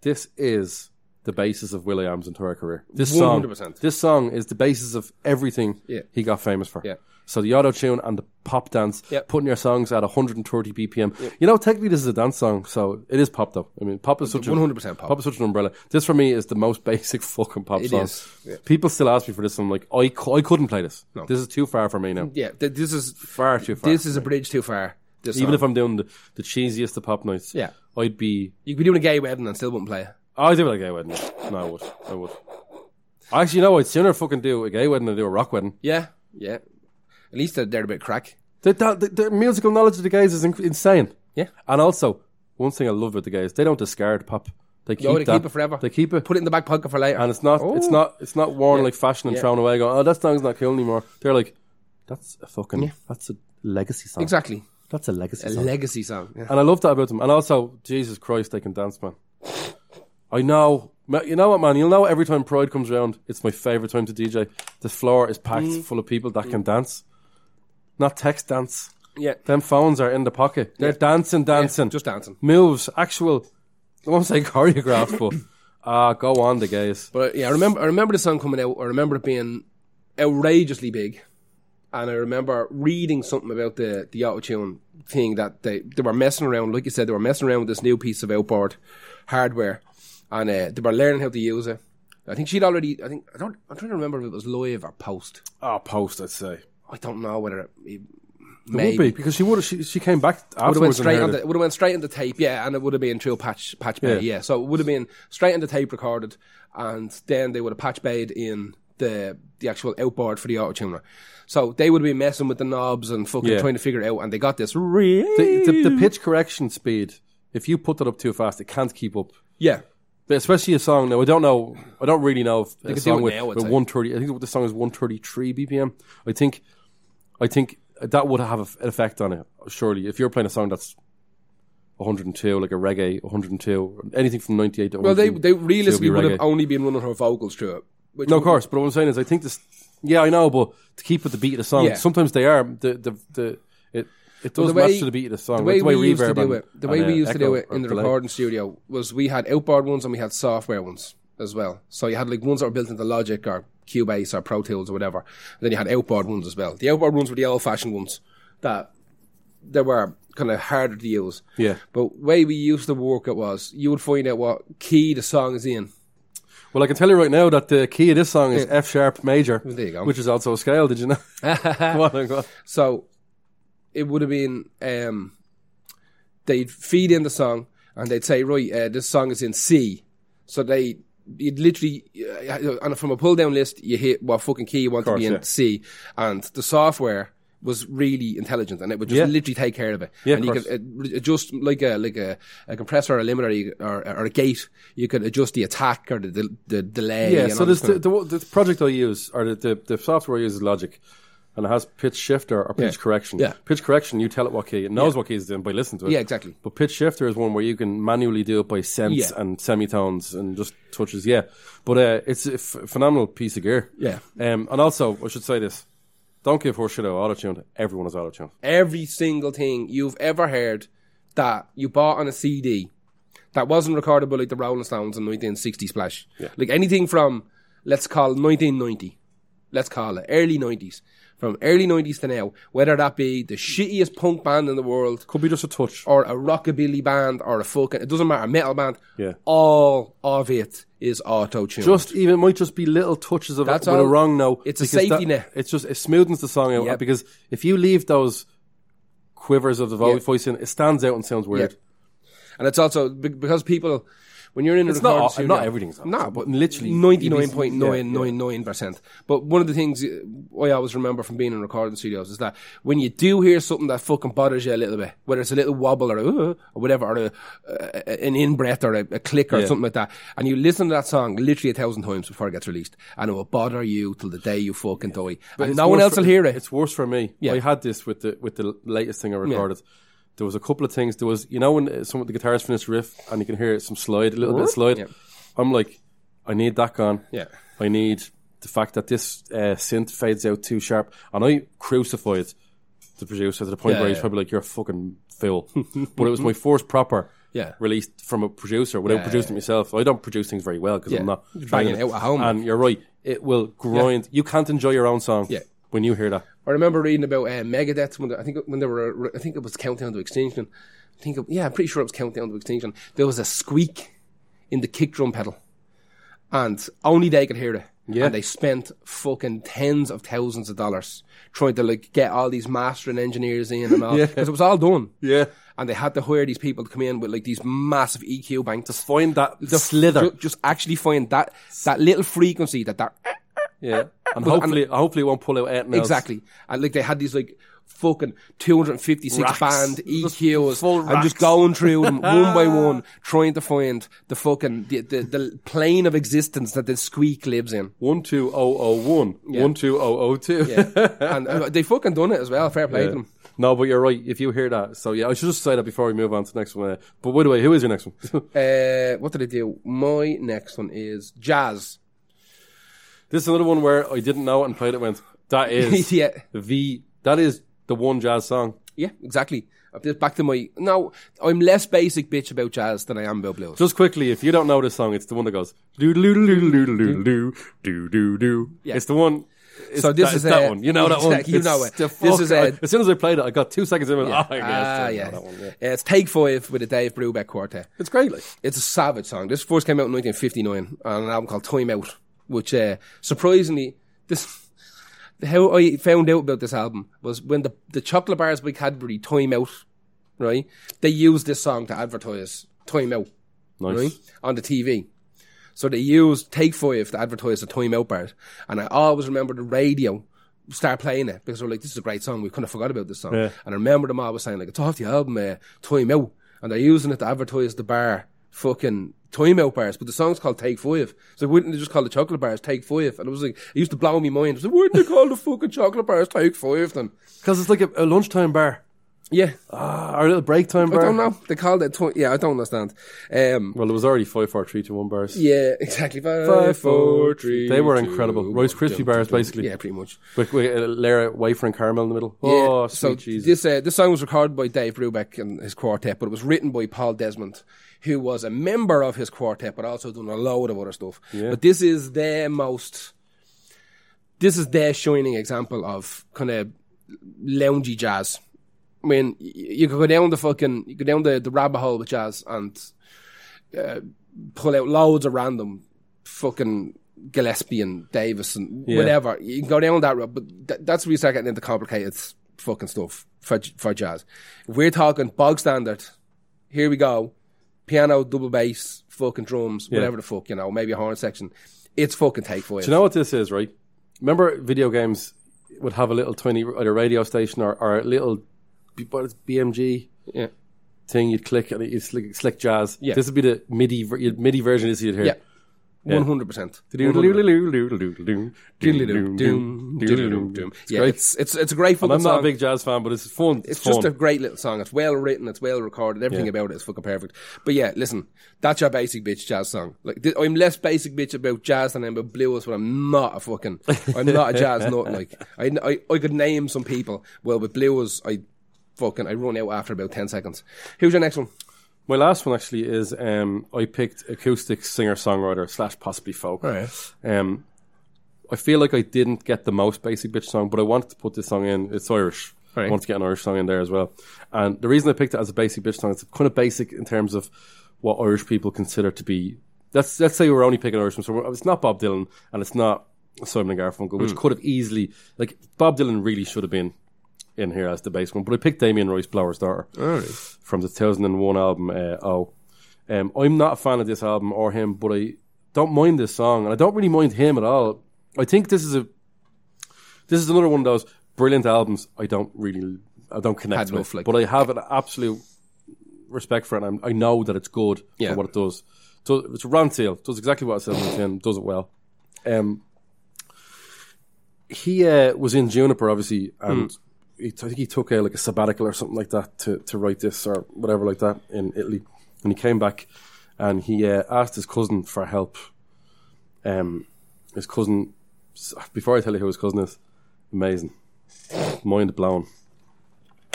Speaker 2: this is the basis of Williams' entire career. This song,
Speaker 1: 100%.
Speaker 2: this song is the basis of everything
Speaker 1: Yeah.
Speaker 2: he got famous for.
Speaker 1: Yeah.
Speaker 2: So the auto tune and the pop dance,
Speaker 1: Yep.
Speaker 2: putting your songs at 130 BPM. You know, technically this is a dance song, so it is pop though. I mean, pop is such a
Speaker 1: 100% pop.
Speaker 2: Pop is such an umbrella. This for me is the most basic fucking pop
Speaker 1: It
Speaker 2: song.
Speaker 1: is, yeah.
Speaker 2: People still ask me for this, and I'm like, I, cou- I couldn't play this. This is too far for me now.
Speaker 1: yeah, th- this is
Speaker 2: Far too far.
Speaker 1: this is a bridge too far. This
Speaker 2: Even
Speaker 1: song.
Speaker 2: if I'm doing the, the cheesiest of pop nights,
Speaker 1: Yeah.
Speaker 2: I'd be
Speaker 1: you could be doing a gay wedding and still wouldn't play it.
Speaker 2: Oh, I'd do a gay wedding. No, I would. I would. Actually, no, I'd sooner fucking do a gay wedding than do a rock wedding.
Speaker 1: Yeah, yeah. At least they're, they're a bit crack.
Speaker 2: The, the, the, the musical knowledge of the gays is inc- insane.
Speaker 1: Yeah.
Speaker 2: And also, one thing I love about the gays, they don't discard pop. They keep,
Speaker 1: No, they
Speaker 2: that.
Speaker 1: keep it forever.
Speaker 2: They keep it.
Speaker 1: Put it in the back pocket for later.
Speaker 2: and it's not, it's
Speaker 1: Oh.
Speaker 2: not, it's not worn like fashion and thrown away going, oh, that song's not cool anymore. They're like, that's a fucking, that's a legacy song.
Speaker 1: exactly
Speaker 2: That's a legacy
Speaker 1: a
Speaker 2: song.
Speaker 1: legacy song. Yeah.
Speaker 2: And I love that about them. And also, Jesus Christ, they can dance, man. I know. Ma- You know what, man? You'll know every time Pride comes around, it's my favourite time to DJ. The floor is packed full of people that can dance. Not text dance.
Speaker 1: yeah.
Speaker 2: Them phones are in the pocket. They're dancing, dancing.
Speaker 1: Just dancing.
Speaker 2: moves, actual. I won't say choreographed, but ah, go on, the guys.
Speaker 1: But uh, yeah, I remember I remember the song coming out. I remember it being outrageously big, and I remember reading something about the the auto tune thing that they they were messing around. Like you said, they were messing around with this new piece of outboard hardware, and uh, they were learning how to use it. I think she'd already. I think I don't. I'm trying to remember if it was live or post.
Speaker 2: Ah, post, I'd say.
Speaker 1: I don't know whether it, it
Speaker 2: It would
Speaker 1: maybe
Speaker 2: be because she would. She she came back
Speaker 1: would have went
Speaker 2: afterwards. and
Speaker 1: straight
Speaker 2: heard
Speaker 1: on
Speaker 2: it.
Speaker 1: the would have went straight on the tape, yeah, and it would have been true patch patch bay,
Speaker 2: Yeah.
Speaker 1: yeah. So it would have been straight on the tape recorded, and then they would have patch bayed in the the actual outboard for the auto tuner. So they would be messing with the knobs and fucking
Speaker 2: Yeah.
Speaker 1: trying to figure it out, and they got this. Really?
Speaker 2: The, the, the pitch correction speed, if you put that up too fast, it can't keep up.
Speaker 1: yeah,
Speaker 2: But especially a song now. I don't know. I don't really know if a
Speaker 1: could do
Speaker 2: song
Speaker 1: it
Speaker 2: with,
Speaker 1: now, I'd
Speaker 2: with
Speaker 1: say.
Speaker 2: one thirty. I think the song is one thirty three BPM. I think, I think that would have a- an effect on it. Surely, if you're playing a song that's one hundred and two, like a reggae one hundred and two, anything from ninety eight to
Speaker 1: well, they they realistically
Speaker 2: It'll be
Speaker 1: would have
Speaker 2: reggae.
Speaker 1: only been running her vocals through it. Which
Speaker 2: no, of course. But what I'm saying is, I think this. Yeah, I know, but to keep with the beat of the song,
Speaker 1: Yeah.
Speaker 2: sometimes they are the the the it. It does
Speaker 1: the way-
Speaker 2: match to the beat of the song.
Speaker 1: the way,
Speaker 2: like the way
Speaker 1: we used to
Speaker 2: reverb
Speaker 1: do
Speaker 2: and-
Speaker 1: it, the
Speaker 2: and,
Speaker 1: way
Speaker 2: uh,
Speaker 1: we used to do
Speaker 2: echo
Speaker 1: it
Speaker 2: or
Speaker 1: in the
Speaker 2: delay.
Speaker 1: recording studio was we had outboard ones and we had software ones as well. So you had like ones that were built into Logic or Cubase or Pro Tools or whatever. And then you had outboard ones as well. The outboard ones were the old-fashioned ones that they were kind of harder to use.
Speaker 2: Yeah.
Speaker 1: But way we used to work it was you would find out what key the song is in.
Speaker 2: Well, I can tell you right now that the key of this song is F sharp major.
Speaker 1: there you go.
Speaker 2: Which is also a scale, did you know? What I got.
Speaker 1: So it would have been um, they'd feed in the song and they'd say, right, uh, this song is in C. So they you'd literally uh, on a- from a pull down list you hit what fucking key you want to
Speaker 2: Course,
Speaker 1: be in
Speaker 2: yeah.
Speaker 1: C, and the software was really intelligent and it would just
Speaker 2: Yeah.
Speaker 1: literally take care of it.
Speaker 2: Yeah,
Speaker 1: and
Speaker 2: of
Speaker 1: you could uh, adjust like a like a, a compressor or a limiter you- or, or a gate. You could adjust the attack or the the, the delay.
Speaker 2: yeah,
Speaker 1: and
Speaker 2: so
Speaker 1: all this
Speaker 2: this,
Speaker 1: kind
Speaker 2: the, the, wo- the project I use, or the, the, the software I use is Logic. And it has pitch shifter or pitch
Speaker 1: Yeah.
Speaker 2: correction.
Speaker 1: Yeah.
Speaker 2: Pitch correction, you tell it what key. It knows what key it's in by listening to it.
Speaker 1: Yeah, exactly.
Speaker 2: But pitch shifter is one where you can manually do it by sense
Speaker 1: Yeah.
Speaker 2: and semitones and just touches. Yeah. But uh, it's a ph- phenomenal piece of gear.
Speaker 1: Yeah.
Speaker 2: Um, and also, I should say this. Don't give horseshit out auto tune. Everyone is auto tune.
Speaker 1: every single thing you've ever heard that you bought on a CD that wasn't recorded by like the Rolling Stones in 1960 Splash. Like anything from, let's call 1990, let's call it early 90s, from early 90s to now, whether that be the shittiest punk band in the world
Speaker 2: Could be just a touch.
Speaker 1: or a rockabilly band or a fucking, it doesn't matter, a metal band,
Speaker 2: Yeah.
Speaker 1: all of it is auto tune.
Speaker 2: just even it might just be little touches of
Speaker 1: That's
Speaker 2: it with
Speaker 1: all.
Speaker 2: a wrong note.
Speaker 1: It's a
Speaker 2: because
Speaker 1: safety net.
Speaker 2: It's just it smoothens the song out
Speaker 1: Yep.
Speaker 2: because if you leave those quivers of the vo- voice in, it stands out and sounds weird.
Speaker 1: Yeah. and it's also be- because people, when you're in a
Speaker 2: It's not
Speaker 1: recording
Speaker 2: au-
Speaker 1: studio,
Speaker 2: not everything's auto,
Speaker 1: no,
Speaker 2: but literally
Speaker 1: ninety nine point nine nine nine percent. But one of the things uh, I always remember from being in recording studios is that when you do hear something that fucking bothers you a little bit, whether it's a little wobble or a, "Uh," or whatever, or a, a, an in breath or a, a click or
Speaker 2: Yeah.
Speaker 1: something like that, and you listen to that song literally a thousand times before it gets released, and it will bother you till the day you fucking die, and
Speaker 2: It's
Speaker 1: no one
Speaker 2: worse
Speaker 1: else
Speaker 2: for-
Speaker 1: will hear it.
Speaker 2: It's worse for me.
Speaker 1: Yeah.
Speaker 2: I had this with the with the latest thing I recorded. There was a couple of things. There was you know when uh, some of the guitarist finished riff and you can hear some slide, a little bit of slide.
Speaker 1: Yeah.
Speaker 2: I'm like, I need that gone.
Speaker 1: Yeah.
Speaker 2: I need the fact that this uh, synth fades out too sharp, and I crucified the producer to the point
Speaker 1: Yeah,
Speaker 2: where he's
Speaker 1: yeah.
Speaker 2: probably like, "You're a fucking fool." but it was my first proper.
Speaker 1: Yeah.
Speaker 2: Released from a producer without
Speaker 1: Yeah,
Speaker 2: producing it myself. I don't produce things very well because
Speaker 1: Yeah.
Speaker 2: I'm not
Speaker 1: You're
Speaker 2: trained
Speaker 1: banging
Speaker 2: in it.
Speaker 1: out at home.
Speaker 2: And you're right. It will grind. You can't enjoy your own song
Speaker 1: Yeah.
Speaker 2: when you hear that.
Speaker 1: I remember reading about uh, Megadeth when they, I think when they were I think it was Countdown to Extinction. I think it, yeah, I'm pretty sure it was Countdown to Extinction. There was a squeak in the kick drum pedal, and only they could hear it.
Speaker 2: Yeah.
Speaker 1: and they spent fucking tens of thousands of dollars trying to like get all these mastering engineers in and all
Speaker 2: Yeah.
Speaker 1: because it was all done.
Speaker 2: Yeah.
Speaker 1: and they had to hire these people to come in with like these massive EQ banks to
Speaker 2: Find that the slither.
Speaker 1: Just, actually find that that little frequency that that
Speaker 2: yeah. And hopefully, hopefully, it won't pull out anything else.
Speaker 1: Exactly. And like they had these like fucking 256
Speaker 2: Racks.
Speaker 1: band EQs.
Speaker 2: full
Speaker 1: I'm just
Speaker 2: racks.
Speaker 1: going through them one by one, trying to find the fucking, the, the, the plane of existence that the squeak lives in.
Speaker 2: oh, 12001, oh, 12002.
Speaker 1: and uh, they fucking done it as well. Fair play to them.
Speaker 2: No, but you're right. If you hear that, so yeah, I should just say that before we move on to the next one. uh, But by the way, who is your next one?
Speaker 1: Uh, what did I do? My next one is jazz.
Speaker 2: this is another one where I didn't know it and played it. Went that is
Speaker 1: Yeah.
Speaker 2: the that is the one jazz song.
Speaker 1: Yeah, exactly. Uh, just Back to my, no, I'm less basic bitch about jazz than I am about blues.
Speaker 2: Just quickly, if you don't know this song, it's the one that goes do do do do do do do do do.
Speaker 1: Yeah.
Speaker 2: It's the one. It's
Speaker 1: So this
Speaker 2: that,
Speaker 1: is,
Speaker 2: it's that
Speaker 1: uh,
Speaker 2: one. You know that one.
Speaker 1: exactly, you
Speaker 2: It's
Speaker 1: know it.
Speaker 2: the
Speaker 1: This
Speaker 2: fuck-
Speaker 1: is, uh,
Speaker 2: as soon as I played it, I got two seconds in. And, yeah. Oh,
Speaker 1: Ah,
Speaker 2: yeah,
Speaker 1: yeah.
Speaker 2: it's, that one, yeah.
Speaker 1: Uh, It's Take Five with the Dave Brubeck Quartet.
Speaker 2: It's great. Like.
Speaker 1: It's a savage song. This first came out in 1959 on an album called Time Out, which uh, surprisingly, this how I found out about this album was when the the chocolate bars by Cadbury Time Out, right? They used this song to advertise Time Out
Speaker 2: Nice.
Speaker 1: right, on the TV. So they used Take Five to advertise the Time Out part. And I always remember the radio start playing it because they were like, this is a great song. We kind of forgot about this song.
Speaker 2: Yeah.
Speaker 1: And I remember them always saying, like, it's off the album, uh, Time Out. And they're using it to advertise the bar fucking Time Out bars. But the song's called Take Five. So wouldn't they just call the chocolate bars Take Five? And it was like, it used to blow me mind. I was like, wouldn't they call the fucking chocolate bars Take Five then?
Speaker 2: Because it's like a, a lunchtime bar.
Speaker 1: Yeah.
Speaker 2: Ah, or a little break time bar.
Speaker 1: I don't know. They called it. Tw- yeah, I don't understand. Um,
Speaker 2: Well, it was already five, four, three, two, one bars.
Speaker 1: yeah, exactly. Five,
Speaker 2: Five,
Speaker 1: four,
Speaker 2: four,
Speaker 1: three.
Speaker 2: They were
Speaker 1: two,
Speaker 2: incredible. Rice
Speaker 1: one.
Speaker 2: Krispie bars, basically.
Speaker 1: Yeah, pretty much.
Speaker 2: With, with a layer of wafer and caramel in the middle.
Speaker 1: Yeah.
Speaker 2: Oh, sweet
Speaker 1: so
Speaker 2: Jesus.
Speaker 1: this uh, this song was recorded by Dave Brubeck and his quartet, but it was written by Paul Desmond, who was a member of his quartet, but also done a load of other stuff.
Speaker 2: Yeah.
Speaker 1: But this is their most, this is their shining example of kind of loungy jazz. I mean, y- you could go down the fucking, you could down the, the rabbit hole with jazz and pull out loads of random fucking Gillespie and Davis and
Speaker 2: Yeah.
Speaker 1: whatever. You can go down that road, but th- that's where you start getting into complicated fucking stuff for j- for jazz. If we're talking bog standard, here we go. Piano, double bass, fucking drums, whatever the fuck, you know, maybe a horn section. It's fucking take for
Speaker 2: Do you know what this is, right? Remember, video games would have a little tiny either radio station or, or a little B- what is BMG
Speaker 1: Yeah.
Speaker 2: thing you'd click and you'd slick, slick jazz.
Speaker 1: Yeah.
Speaker 2: This would be the MIDI ver- you'd- MIDI version of this you'd hear.
Speaker 1: Yeah. 100%.
Speaker 2: It's
Speaker 1: Yeah,
Speaker 2: great.
Speaker 1: it's, it's, it's a great fucking
Speaker 2: I'm
Speaker 1: song.
Speaker 2: not a big jazz fan, but it's fun. It's,
Speaker 1: It's
Speaker 2: fun.
Speaker 1: just a great little song. It's well written. It's well recorded. Everything
Speaker 2: Yeah.
Speaker 1: about it is fucking perfect. But yeah, listen, that's your basic bitch jazz song. Like th- I'm less basic bitch about jazz than I am about blues, but I'm not a fucking. I'm not a jazz nut. Like I, I, I could name some people. Well, with blues, I fucking I run out after about ten seconds. Who's your next one?
Speaker 2: My last one actually is um, I picked acoustic singer songwriter slash possibly folk. Um, I feel like I didn't get the most basic bitch song, but I wanted to put this song in. It's Irish.
Speaker 1: Right.
Speaker 2: I wanted to get an Irish song in there as well. And the reason I picked it as a basic bitch song, it's kind of basic in terms of what Irish people consider to be. Let's let's say we're only picking Irish ones. So we're- it's not Bob Dylan and it's not Simon and Garfunkel, which could have easily like Bob Dylan really should have been in here as the bass one. But I picked Damien Royce, Blower's Daughter, from the 2001 album uh, Oh. Um, I'm not a fan of this album or him, but I don't mind this song, and I don't really mind him at all. I think this is a this is another one of those brilliant albums. I don't really, I don't
Speaker 1: Had
Speaker 2: connect
Speaker 1: no
Speaker 2: with,
Speaker 1: flick.
Speaker 2: but I have an absolute respect for it. And I'm, I know that it's good
Speaker 1: Yeah.
Speaker 2: for what it does. So it's a round tail. Does exactly what it says on the tin. Does it well. Um, he uh, was in Juniper, obviously, and
Speaker 1: Hmm.
Speaker 2: he t- I think he took a, like a sabbatical or something like that to, to write this or whatever like that in Italy. And he came back and he uh, asked his cousin for help. Um, his cousin, s- before I tell you who his cousin is, amazing, mind blown.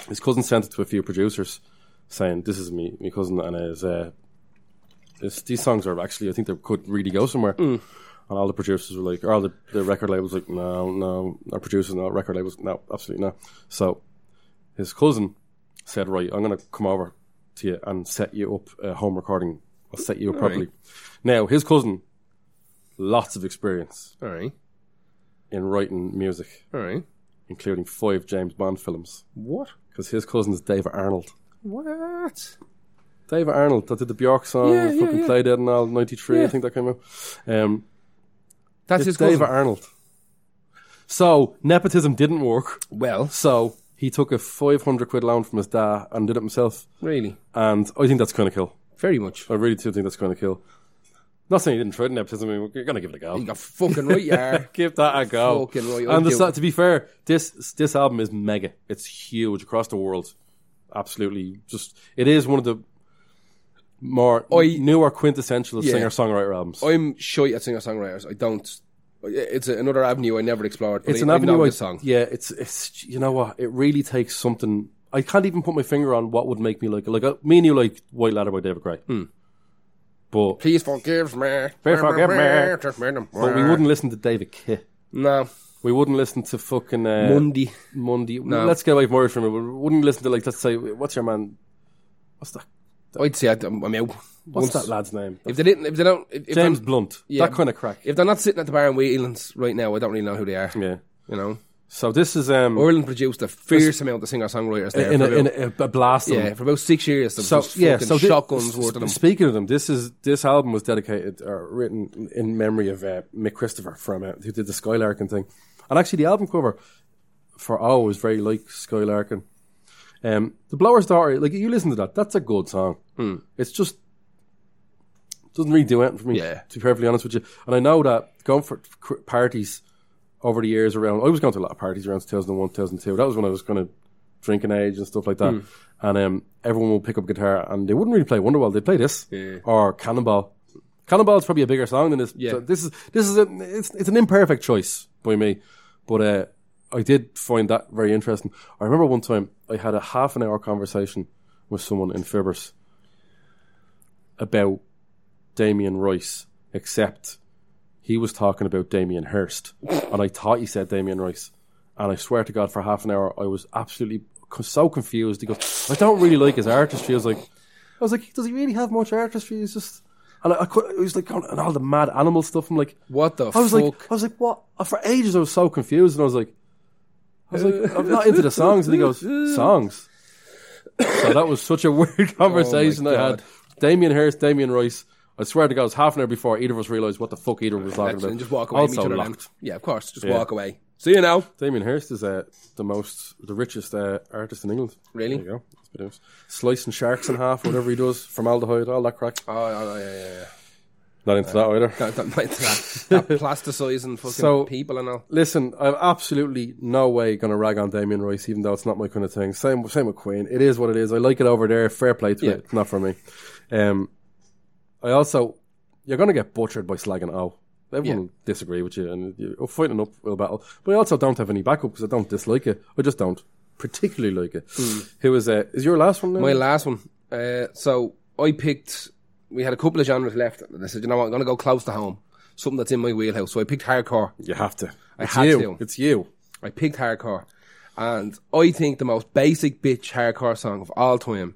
Speaker 2: His cousin sent it to a few producers, saying, "This is me, my cousin, and his uh, this, these songs are actually, I think they could really go somewhere. And all the producers were like, or all the, the record labels were like, no, no, our producers, no, record labels, no, absolutely no. So his cousin said, right, I'm going to come over to you and set you up a home recording. I'll set you up properly. Now, his cousin, lots of experience
Speaker 1: All right,
Speaker 2: in writing music,
Speaker 1: all right.
Speaker 2: including five James Bond films,
Speaker 1: What?
Speaker 2: because his cousin is David Arnold.
Speaker 1: What?
Speaker 2: David Arnold that did the Bjork song,
Speaker 1: Yeah, yeah,
Speaker 2: fucking
Speaker 1: yeah.
Speaker 2: played it and all '93,
Speaker 1: Yeah.
Speaker 2: I think that came out. Um,
Speaker 1: That's
Speaker 2: It's
Speaker 1: his
Speaker 2: David
Speaker 1: cousin.
Speaker 2: Arnold. So nepotism didn't work.
Speaker 1: Well,
Speaker 2: So he took a five hundred quid loan from his dad and did it himself.
Speaker 1: really,
Speaker 2: And I think that's kind of cool.
Speaker 1: very much.
Speaker 2: I really do think that's kind of cool. Not saying he didn't try nepotism. I mean, you're gonna give it a
Speaker 1: You
Speaker 2: go.
Speaker 1: got fucking right, yeah.
Speaker 2: Give that a go.
Speaker 1: Fucking right, I'll
Speaker 2: and the,
Speaker 1: do
Speaker 2: sa-
Speaker 1: it.
Speaker 2: to be fair, this this album is mega. It's huge across the world. Absolutely, just it is one of the more newer quintessential
Speaker 1: Yeah.
Speaker 2: singer songwriter albums.
Speaker 1: I'm shy at singer songwriters. I don't. It's a, another avenue I never explored. But
Speaker 2: it's
Speaker 1: I,
Speaker 2: an
Speaker 1: I
Speaker 2: avenue
Speaker 1: know
Speaker 2: I,
Speaker 1: this song.
Speaker 2: Yeah, it's it's you know what? It really takes something. I can't even put my finger on what would make me like it. like uh, me and you like White Ladder by David Gray,
Speaker 1: Hmm.
Speaker 2: but
Speaker 1: Please forgive me.
Speaker 2: Please forgive me.
Speaker 1: But
Speaker 2: but we wouldn't listen to David Kay.
Speaker 1: No.
Speaker 2: We wouldn't listen to fucking uh,
Speaker 1: Mundy.
Speaker 2: Mundy. Let's get away from Irish for a minute. We wouldn't listen to like let's say what's your man? What's that?
Speaker 1: I'd say I'd, I'm out. Once-
Speaker 2: What's that lad's name? Um,
Speaker 1: If they didn't, if they don't, if, if,
Speaker 2: James
Speaker 1: they're,
Speaker 2: Blunt.
Speaker 1: yeah.
Speaker 2: that kind of crack.
Speaker 1: if they're not sitting at the bar in Wheatlands right now, I don't really know who they are.
Speaker 2: yeah.
Speaker 1: You know,
Speaker 2: So this is um
Speaker 1: Ireland produced a fierce amount of singer songwriters there.
Speaker 2: in, a,
Speaker 1: for about-
Speaker 2: in a, a blast. of them.
Speaker 1: yeah, for about six years. there was
Speaker 2: So
Speaker 1: just
Speaker 2: yeah,
Speaker 1: fucking
Speaker 2: so thi-
Speaker 1: shotguns
Speaker 2: s-
Speaker 1: worth of them.
Speaker 2: Speaking of them, this is this album was dedicated or written in memory of uh, Mick Christopher from uh, who did the Skylarkin thing, and actually the album cover for O was very like Skylarkin. Um, the Blower's Daughter, like you listen to that, that's a good song.
Speaker 1: Hmm.
Speaker 2: It's just doesn't really do anything for me.
Speaker 1: Yeah.
Speaker 2: To be perfectly honest with you, and I know that going for cr- parties over the years around, I was going to a lot of parties around 2001, 2002. That was when I was kind of drinking age and stuff like
Speaker 1: Hmm.
Speaker 2: that. And um, everyone would pick up guitar and they wouldn't really play Wonderwall. They'd play this
Speaker 1: Yeah.
Speaker 2: or Cannonball. Cannonball is probably a bigger song than this.
Speaker 1: Yeah.
Speaker 2: So this is this is a, it's it's an imperfect choice by me, but uh, I did find that very interesting. I remember one time I had a half an hour conversation with someone in Fibers about Damien Rice, except he was talking about Damien Hirst, and I thought he said Damien Rice. And I swear to God, for half an hour, I was absolutely co- so confused. He goes, "I don't really like his artistry." I was like, "I was like, does he really have much artistry?" He's just, and I, I could, I was like, going- and all the mad animal stuff. I'm like,
Speaker 1: What the
Speaker 2: I was
Speaker 1: fuck?
Speaker 2: like, I was like, what? For ages, I was so confused, and I was like, I was like, I'm not into the songs. And he goes, songs. So that was such a weird conversation I
Speaker 1: Oh God.
Speaker 2: had. Damien Hirst, Damien Rice. I swear to God, it was half an hour before either of us realised what the fuck either of us was talking about.
Speaker 1: and just walk away from
Speaker 2: also
Speaker 1: each other. then.
Speaker 2: locked.
Speaker 1: Yeah, of course. Just walk away. See you now.
Speaker 2: Damien Hirst is uh, the most, the richest uh, artist in England.
Speaker 1: Really?
Speaker 2: There you go. That's a bit of- Slicing sharks in half, whatever he does, formaldehyde, all that crack.
Speaker 1: Oh, oh, yeah, yeah, yeah.
Speaker 2: Not into that either.
Speaker 1: That, that, that, that plasticizing fucking
Speaker 2: So-
Speaker 1: people and all.
Speaker 2: Listen, I'm absolutely no way going to rag on Damien Rice, even though it's not my kind of thing. Same, same with Queen. It is what it is. I like it over there. Fair play to
Speaker 1: Yeah.
Speaker 2: it. It's not for me. Um, I also, you're going to get butchered by slagging O. Everyone
Speaker 1: Yeah.
Speaker 2: will disagree with you, and you're fighting up will battle. But I also don't have any backup because I don't dislike it. I just don't particularly like it. Who is uh, is your last one? Now?
Speaker 1: Hmm. My last one. Uh, so I picked. We had a couple of genres left, and I said, you know what, I'm going to go close to home. Something that's in my wheelhouse. So I picked hardcore.
Speaker 2: you have to. It's
Speaker 1: had
Speaker 2: you.
Speaker 1: to.
Speaker 2: It's you.
Speaker 1: I picked hardcore, and I think the most basic bitch hardcore song of all time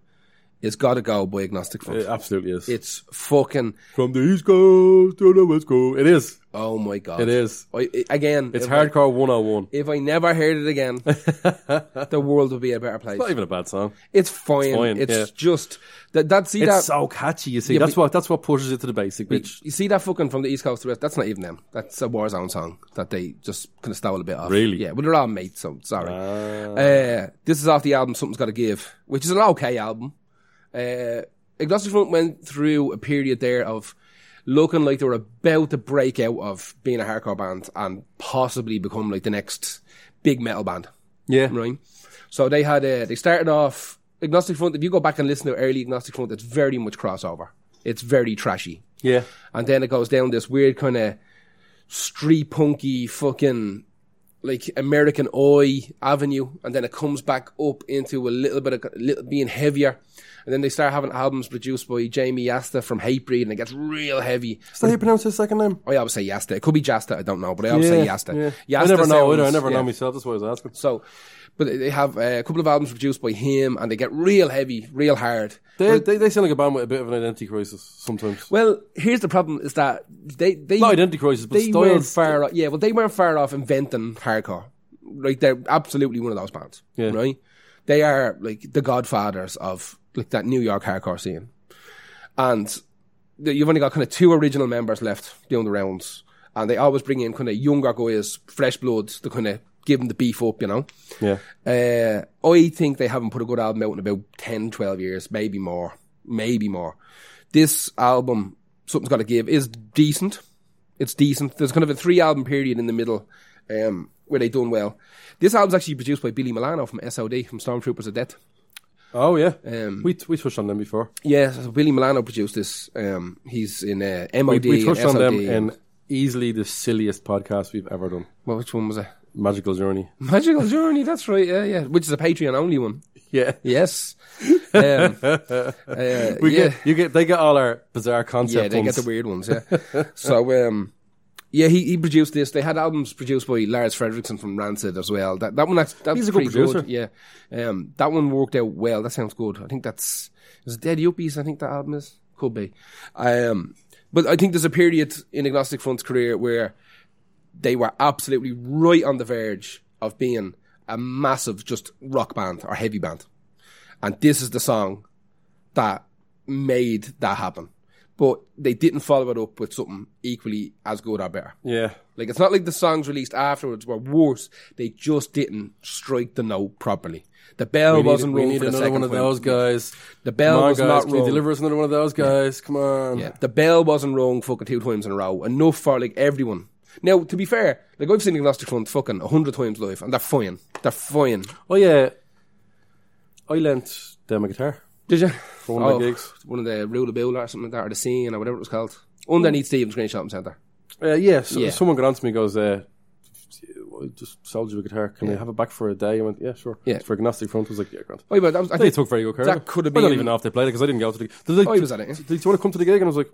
Speaker 1: is "Gotta Go" by Agnostic Front.
Speaker 2: It absolutely is.
Speaker 1: It's fucking
Speaker 2: From the East Coast to the West Coast. It is.
Speaker 1: oh my god!
Speaker 2: It is.
Speaker 1: I, I- again,
Speaker 2: It's
Speaker 1: if I-
Speaker 2: hardcore 101.
Speaker 1: if I never heard it again, the world would be a better place.
Speaker 2: Not even a bad song.
Speaker 1: It's fine. It's,
Speaker 2: fine, yeah.
Speaker 1: just that. That see
Speaker 2: It's
Speaker 1: that
Speaker 2: so catchy. You see,
Speaker 1: Yeah,
Speaker 2: that's
Speaker 1: but-
Speaker 2: what that's what pushes it to the basic bitch.
Speaker 1: you see that fucking from the East Coast to the West. That's not even them. That's a Warzone song that they just kind of stole a bit off.
Speaker 2: Really?
Speaker 1: Yeah. Well, they're all mates, so sorry. Uh, this is off the album Something's Gotta Give, which is an okay album. Uh, Agnostic Front went through a period there of looking like they were about to break out of being a hardcore band and possibly become like the next big metal band
Speaker 2: Yeah,
Speaker 1: right? So they had uh, they started off Agnostic Front. If you go back and listen to early Agnostic Front, it's very much crossover. It's very trashy,
Speaker 2: yeah.
Speaker 1: and then it goes down this weird kind of street punky fucking like American Oi Avenue, and then it comes back up into a little bit of little, being heavier, and then they start having albums produced by Jamie Yasta from Hatebreed, and it gets real heavy. Oh,
Speaker 2: Is that how you pronounce his second name?
Speaker 1: I always say Yasta. It could be Jasta. I don't know, but I always say Yasta.
Speaker 2: I never know either. I
Speaker 1: sounds-
Speaker 2: never
Speaker 1: yeah.
Speaker 2: know myself. That's why I was asking.
Speaker 1: So, but they have uh, a couple of albums produced by him, and they get real heavy, real hard.
Speaker 2: They, they they sound like a band with a bit of an identity crisis sometimes.
Speaker 1: Well, here's the problem: is that they they
Speaker 2: Not identity crisis, but
Speaker 1: they
Speaker 2: style.
Speaker 1: weren't far off. Yeah, well, they weren't far off inventing hardcore. Like they're absolutely one of those bands,
Speaker 2: Yeah.
Speaker 1: right? They are like the godfathers of like that New York hardcore scene, and the- you've only got kind of two original members left doing the rounds, and they always bring in kind of younger guys, fresh bloods, to kind of give them the beef up, you know.
Speaker 2: Yeah,
Speaker 1: Uh, I think they haven't put a good album out in about 10, 12 years, maybe more, maybe more. This album, Something's Gotta Give, is decent. It's decent. There's kind of a three album period in the middle, um, where they done well. This album's actually produced by Billy Milano from SOD, from Stormtroopers of Death.
Speaker 2: oh yeah.
Speaker 1: Um,
Speaker 2: we we touched on them before.
Speaker 1: yeah, so Billy Milano produced this. Um, he's in, uh,
Speaker 2: We,
Speaker 1: MOD.
Speaker 2: we touched
Speaker 1: and
Speaker 2: on them
Speaker 1: SOD.
Speaker 2: in easily the silliest podcast we've ever done.
Speaker 1: well, which one was it?
Speaker 2: Magical Journey.
Speaker 1: Magical Journey, that's right, yeah, yeah. Which is a Patreon only one.
Speaker 2: Yeah,
Speaker 1: Yes. Um, uh,
Speaker 2: we
Speaker 1: yeah.
Speaker 2: get you get they get all our bizarre concept.
Speaker 1: Yeah, they get
Speaker 2: ones.
Speaker 1: the weird ones. Yeah. so, um, yeah, he, he produced this. They had albums produced by Lars Fredriksson from Rancid as well. That that one that's, that's
Speaker 2: He's a good
Speaker 1: pretty good
Speaker 2: producer.
Speaker 1: Yeah, um, that one worked out well. That sounds good. I think that's is it Dead Yuppies. I think that album is could be. Um, but I think there's a period in Agnostic Front's career where they were absolutely right on the verge of being a massive just rock band or heavy band. And this is the song that made that happen. But they didn't follow it up with something equally as good or better.
Speaker 2: Yeah.
Speaker 1: Like it's not like the songs released afterwards were worse. They just didn't strike the note properly. The bell
Speaker 2: We need-
Speaker 1: wasn't
Speaker 2: we
Speaker 1: rung
Speaker 2: need
Speaker 1: for the
Speaker 2: another
Speaker 1: second
Speaker 2: one of
Speaker 1: point.
Speaker 2: those guys.
Speaker 1: The bell
Speaker 2: Come on,
Speaker 1: was
Speaker 2: guys,
Speaker 1: not
Speaker 2: can you
Speaker 1: wrong.
Speaker 2: deliver us another one of those guys. Come on.
Speaker 1: Yeah, the bell wasn't rung fucking two times in a row. Enough for like everyone. Now, to be fair, like I've seen Agnostic Front fucking a hundred times live, and they're fine. They're fine.
Speaker 2: Oh yeah. I lent them a guitar.
Speaker 1: Did you?
Speaker 2: For one of the gigs.
Speaker 1: One of the Rule of Bill or something like that, or the scene, or whatever it was called. Underneath Stephen's Green Shopping Centre.
Speaker 2: Uh, yeah, so
Speaker 1: Yeah.
Speaker 2: Someone got on to me and goes, uh, I just sold you a guitar. Can I have it back for a day? I went, yeah, sure.
Speaker 1: Yeah.
Speaker 2: It's for Agnostic Front. I was like, yeah, grand.
Speaker 1: Oh, yeah, but that was, I
Speaker 2: They
Speaker 1: think,
Speaker 2: took very good care of
Speaker 1: That
Speaker 2: it.
Speaker 1: could have
Speaker 2: I don't
Speaker 1: been-
Speaker 2: even know if they played it because I didn't go to the gig. They're like,
Speaker 1: Oh, he was at it, yeah.
Speaker 2: Do do you want to come to the gig? And I was like,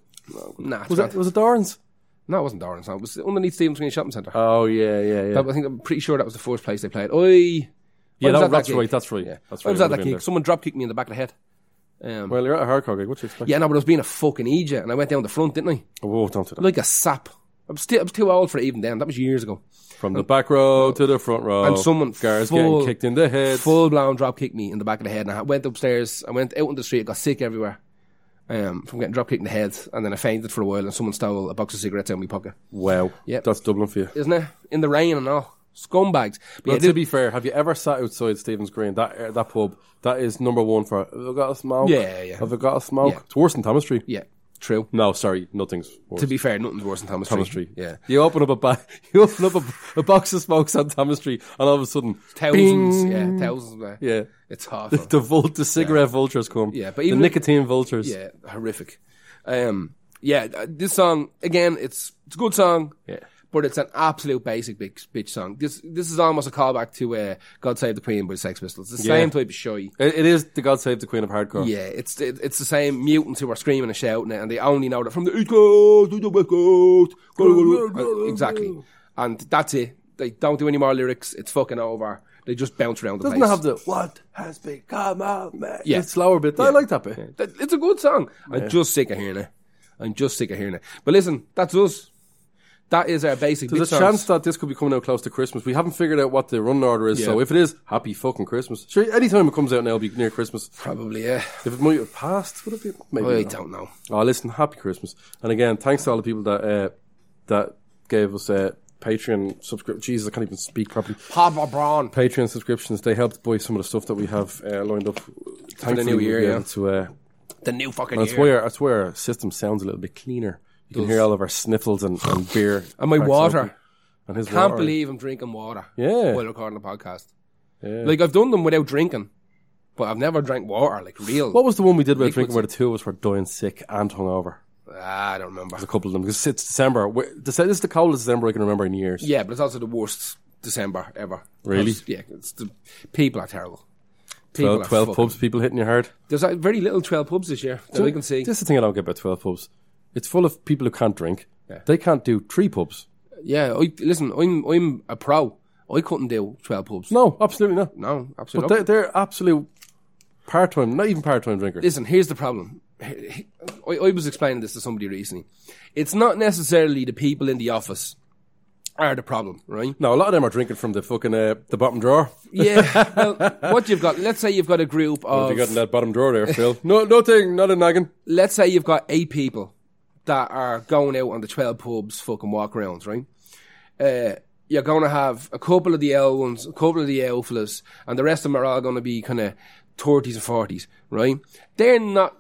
Speaker 1: nah, it's
Speaker 2: was,
Speaker 1: right.
Speaker 2: that, was it Doran's?
Speaker 1: no, it wasn't Doran's. No, it was underneath Stephen's Green Shopping Centre.
Speaker 2: Oh, yeah, yeah, yeah.
Speaker 1: That- I think I'm pretty sure that was the first place they played. Oi, I
Speaker 2: yeah,
Speaker 1: was at
Speaker 2: that-
Speaker 1: that
Speaker 2: that's
Speaker 1: gig.
Speaker 2: right, that's right. That's
Speaker 1: I
Speaker 2: right.
Speaker 1: was at
Speaker 2: would've
Speaker 1: that
Speaker 2: been
Speaker 1: gig. Someone drop kicked me in the back of the head. Um,
Speaker 2: there. Well, you're at a hardcore gig. What do you expect?
Speaker 1: yeah, no, but I was being a fucking idiot, and I went down the front, didn't I?
Speaker 2: Oh, don't do that.
Speaker 1: like a sap. I was, still, I was too old for it even then. That was years ago.
Speaker 2: From the back row to the front row.
Speaker 1: And someone
Speaker 2: Gar's
Speaker 1: full-
Speaker 2: getting kicked in the head.
Speaker 1: Full blown drop kicked me in the back of the head, and I went upstairs. I went out on the street, got sick everywhere um, from getting drop kicked in the head, and then I fainted for a while. And someone stole a box of cigarettes out of my pocket,
Speaker 2: Wow.
Speaker 1: Yep.
Speaker 2: That's Dublin for you.
Speaker 1: isn't it? In the rain and all, scumbags. But
Speaker 2: Well,
Speaker 1: yeah,
Speaker 2: to be fair, have you ever sat outside Stephen's Green, that uh, that pub? That is number one for. Have I got a smoke?
Speaker 1: Yeah, yeah.
Speaker 2: Have I got a smoke?
Speaker 1: Yeah.
Speaker 2: It's worse than Thomas Street.
Speaker 1: yeah, true.
Speaker 2: No, sorry, nothing's worse.
Speaker 1: To be fair, nothing's worse than Thomas,
Speaker 2: Thomas Street.
Speaker 1: Yeah,
Speaker 2: You open up a ba- you open up a, a box of smokes on Thomas Street, and all of a sudden,
Speaker 1: thousands.
Speaker 2: bing!
Speaker 1: Yeah, thousands. Yeah,
Speaker 2: yeah.
Speaker 1: it's awful.
Speaker 2: The vul- the cigarette vultures come.
Speaker 1: Yeah, but even
Speaker 2: the
Speaker 1: if-
Speaker 2: nicotine vultures.
Speaker 1: yeah, horrific. Um, yeah, th- this song again. It's it's a good song.
Speaker 2: Yeah.
Speaker 1: But it's an absolute basic big bitch song. This this is almost a callback to uh, "God Save the Queen" by the Sex Pistols. It's the
Speaker 2: Yeah.
Speaker 1: same type of shy.
Speaker 2: It, it is the God Save the Queen of hardcore.
Speaker 1: Yeah, it's it, it's the same mutants who are screaming and shouting it, and they only know that from the east coast to the west coast. Go, go, go. Uh, exactly, and that's it. They don't do any more lyrics. It's fucking over. They just bounce around the
Speaker 2: Doesn't
Speaker 1: place.
Speaker 2: have the what has become of me.
Speaker 1: Yeah.
Speaker 2: It's slower bit. I like that bit.
Speaker 1: That- It's a good song. I'm just sick of hearing it. I'm just sick of hearing it. But listen, that's us. That is our basic.
Speaker 2: There's
Speaker 1: bitch
Speaker 2: a
Speaker 1: songs.
Speaker 2: chance that this could be coming out close to Christmas. We haven't figured out what the run order is, so
Speaker 1: Yeah.
Speaker 2: if it is, happy fucking Christmas. Sure, anytime it comes out now, it'll be near Christmas.
Speaker 1: Probably, yeah.
Speaker 2: If it might have passed, would it be? Maybe.
Speaker 1: I
Speaker 2: not.
Speaker 1: don't know.
Speaker 2: Oh, listen, happy Christmas. And again, thanks to all the people that uh, that gave us uh, Patreon subscription. Jesus, I can't even speak properly.
Speaker 1: Papa Braun.
Speaker 2: Patreon subscriptions, they helped buy some of the stuff that we have uh, lined up. Thankfully,
Speaker 1: new
Speaker 2: we'll be
Speaker 1: year, yeah.
Speaker 2: able To, uh,
Speaker 1: The new fucking
Speaker 2: that's,
Speaker 1: year.
Speaker 2: where, that's where our system sounds a little bit cleaner. You can hear all of our sniffles and, and beer.
Speaker 1: And my
Speaker 2: cracks
Speaker 1: water.
Speaker 2: open. And his
Speaker 1: Can't
Speaker 2: water.
Speaker 1: believe I'm drinking water.
Speaker 2: Yeah.
Speaker 1: While recording the podcast.
Speaker 2: Yeah.
Speaker 1: Like I've done them without drinking, but I've never drank water like real.
Speaker 2: What was the one we did with
Speaker 1: Liquids.
Speaker 2: drinking where the two of us were dying sick and hungover?
Speaker 1: Ah, I don't remember.
Speaker 2: A couple of them because it's December. We're, this this is the coldest December I can remember in years.
Speaker 1: Yeah, but it's also the worst December ever.
Speaker 2: Really?
Speaker 1: That's- yeah. It's the people are terrible. People
Speaker 2: Twelve,
Speaker 1: are
Speaker 2: 12
Speaker 1: fucking-
Speaker 2: pubs, people hitting your heart.
Speaker 1: There's uh, very little twelve pubs this year that we can see.
Speaker 2: This is the thing I don't get about twelve pubs. It's full of people who can't drink.
Speaker 1: Yeah.
Speaker 2: They can't do three pubs.
Speaker 1: yeah. I, listen, I'm I'm a pro. I couldn't do twelve pubs.
Speaker 2: No, absolutely not.
Speaker 1: No, absolutely.
Speaker 2: But they're, they're absolute part time, not even part time drinkers.
Speaker 1: listen, here's the problem. I, I was explaining this to somebody recently. It's not necessarily the people in the office are the problem, right?
Speaker 2: no, a lot of them are drinking from the fucking uh, the bottom drawer.
Speaker 1: Yeah. well, what you've got, let's say you've got a group
Speaker 2: What have you got in
Speaker 1: of,
Speaker 2: that bottom drawer there, Phil? no, nothing, not a noggin.
Speaker 1: let's say you've got eight people that are going out on the 12 pubs fucking walk arounds, right? Uh, you're going to have a couple of the L ones, a couple of the L fellas, and the rest of them are all going to be kind of 30s and 40s, right? They're not,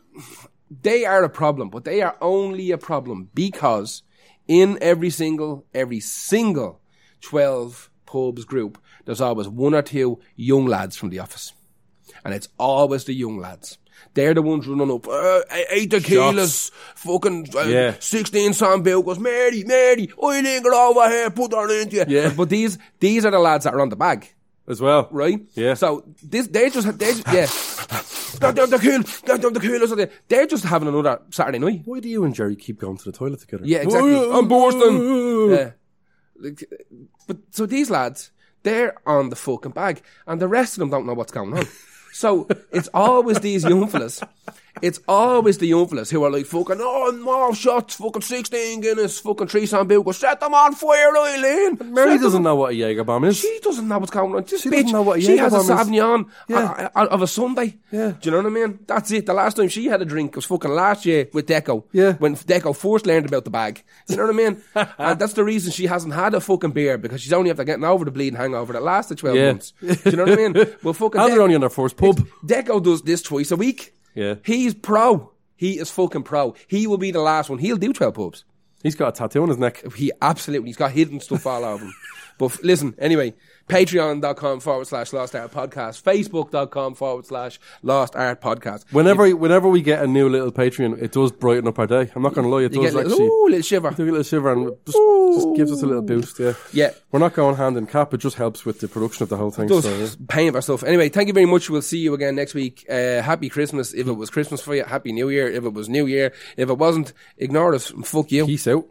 Speaker 1: they are a problem, but they are only a problem because in every single, every single 12 pubs group, there's always one or two young lads from the office. And it's always the young lads. They're the ones running up, uh, eight tequilas, fucking uh,
Speaker 2: Yeah.
Speaker 1: 16 Sam Bill goes, Mary, Mary, I didn't get over here, uh, put that into you.
Speaker 2: Yeah.
Speaker 1: But these, these are the lads that are on the bag,
Speaker 2: as well.
Speaker 1: right?
Speaker 2: Yeah.
Speaker 1: So this, they're just, they're just, yeah. Don't do the cool, don't do the cool, or something. They're just having another Saturday night.
Speaker 2: Why do you and Jerry keep going to the toilet together?
Speaker 1: Yeah, exactly. I'm Boston. Yeah. Like, But so these lads, they're on the fucking bag, and the rest of them don't know what's going on. so it's always these young fellas. it's always the young fellas who are like fucking oh more shots, fucking sixteen Guinness, fucking three Sambuca, set them on fire, Eileen.
Speaker 2: Mary
Speaker 1: Set them
Speaker 2: doesn't know what a Jaeger bomb is.
Speaker 1: she doesn't know what's going on. This
Speaker 2: She
Speaker 1: bitch,
Speaker 2: doesn't know what a
Speaker 1: she has a
Speaker 2: Jagerbomb is.
Speaker 1: Sauvignon
Speaker 2: Yeah.
Speaker 1: on- on- of a Sunday.
Speaker 2: Yeah.
Speaker 1: Do you know what I mean? That's it. The last time she had a drink was fucking last year with Deco.
Speaker 2: Yeah.
Speaker 1: When Deco first learned about the bag. Do you know what I mean? and that's the reason she hasn't had a fucking beer because she's only after getting over the bleeding hangover that lasted 12
Speaker 2: Yeah.
Speaker 1: months. Do you know what I mean? Well, fucking
Speaker 2: And they're
Speaker 1: Deco-
Speaker 2: only on their first pub.
Speaker 1: Deco does this twice a week.
Speaker 2: Yeah.
Speaker 1: He's pro. He is fucking pro. He will be the last one. He'll do 12 pubs.
Speaker 2: He's got a tattoo on his neck.
Speaker 1: He absolutely, he's got hidden stuff all over him. But f- listen, anyway, patreon.com forward slash lost art podcast, facebook.com forward slash lost art podcast.
Speaker 2: Whenever whenever we get a new little Patreon, it does brighten up our day. I'm not going to lie, it
Speaker 1: you get
Speaker 2: does
Speaker 1: a little,
Speaker 2: actually.
Speaker 1: ooh, little shiver.
Speaker 2: Do a little shiver and it just, just gives us a little boost. Yeah,
Speaker 1: Yeah.
Speaker 2: We're not going hand in cap. It just helps with the production of the whole thing.
Speaker 1: Those
Speaker 2: so, yeah.
Speaker 1: pain of our stuff. Anyway, thank you very much. We'll see you again next week. Uh, happy Christmas if it was Christmas for you. Happy New Year if it was New Year. If it wasn't, ignore us. and Fuck you.
Speaker 2: Peace out.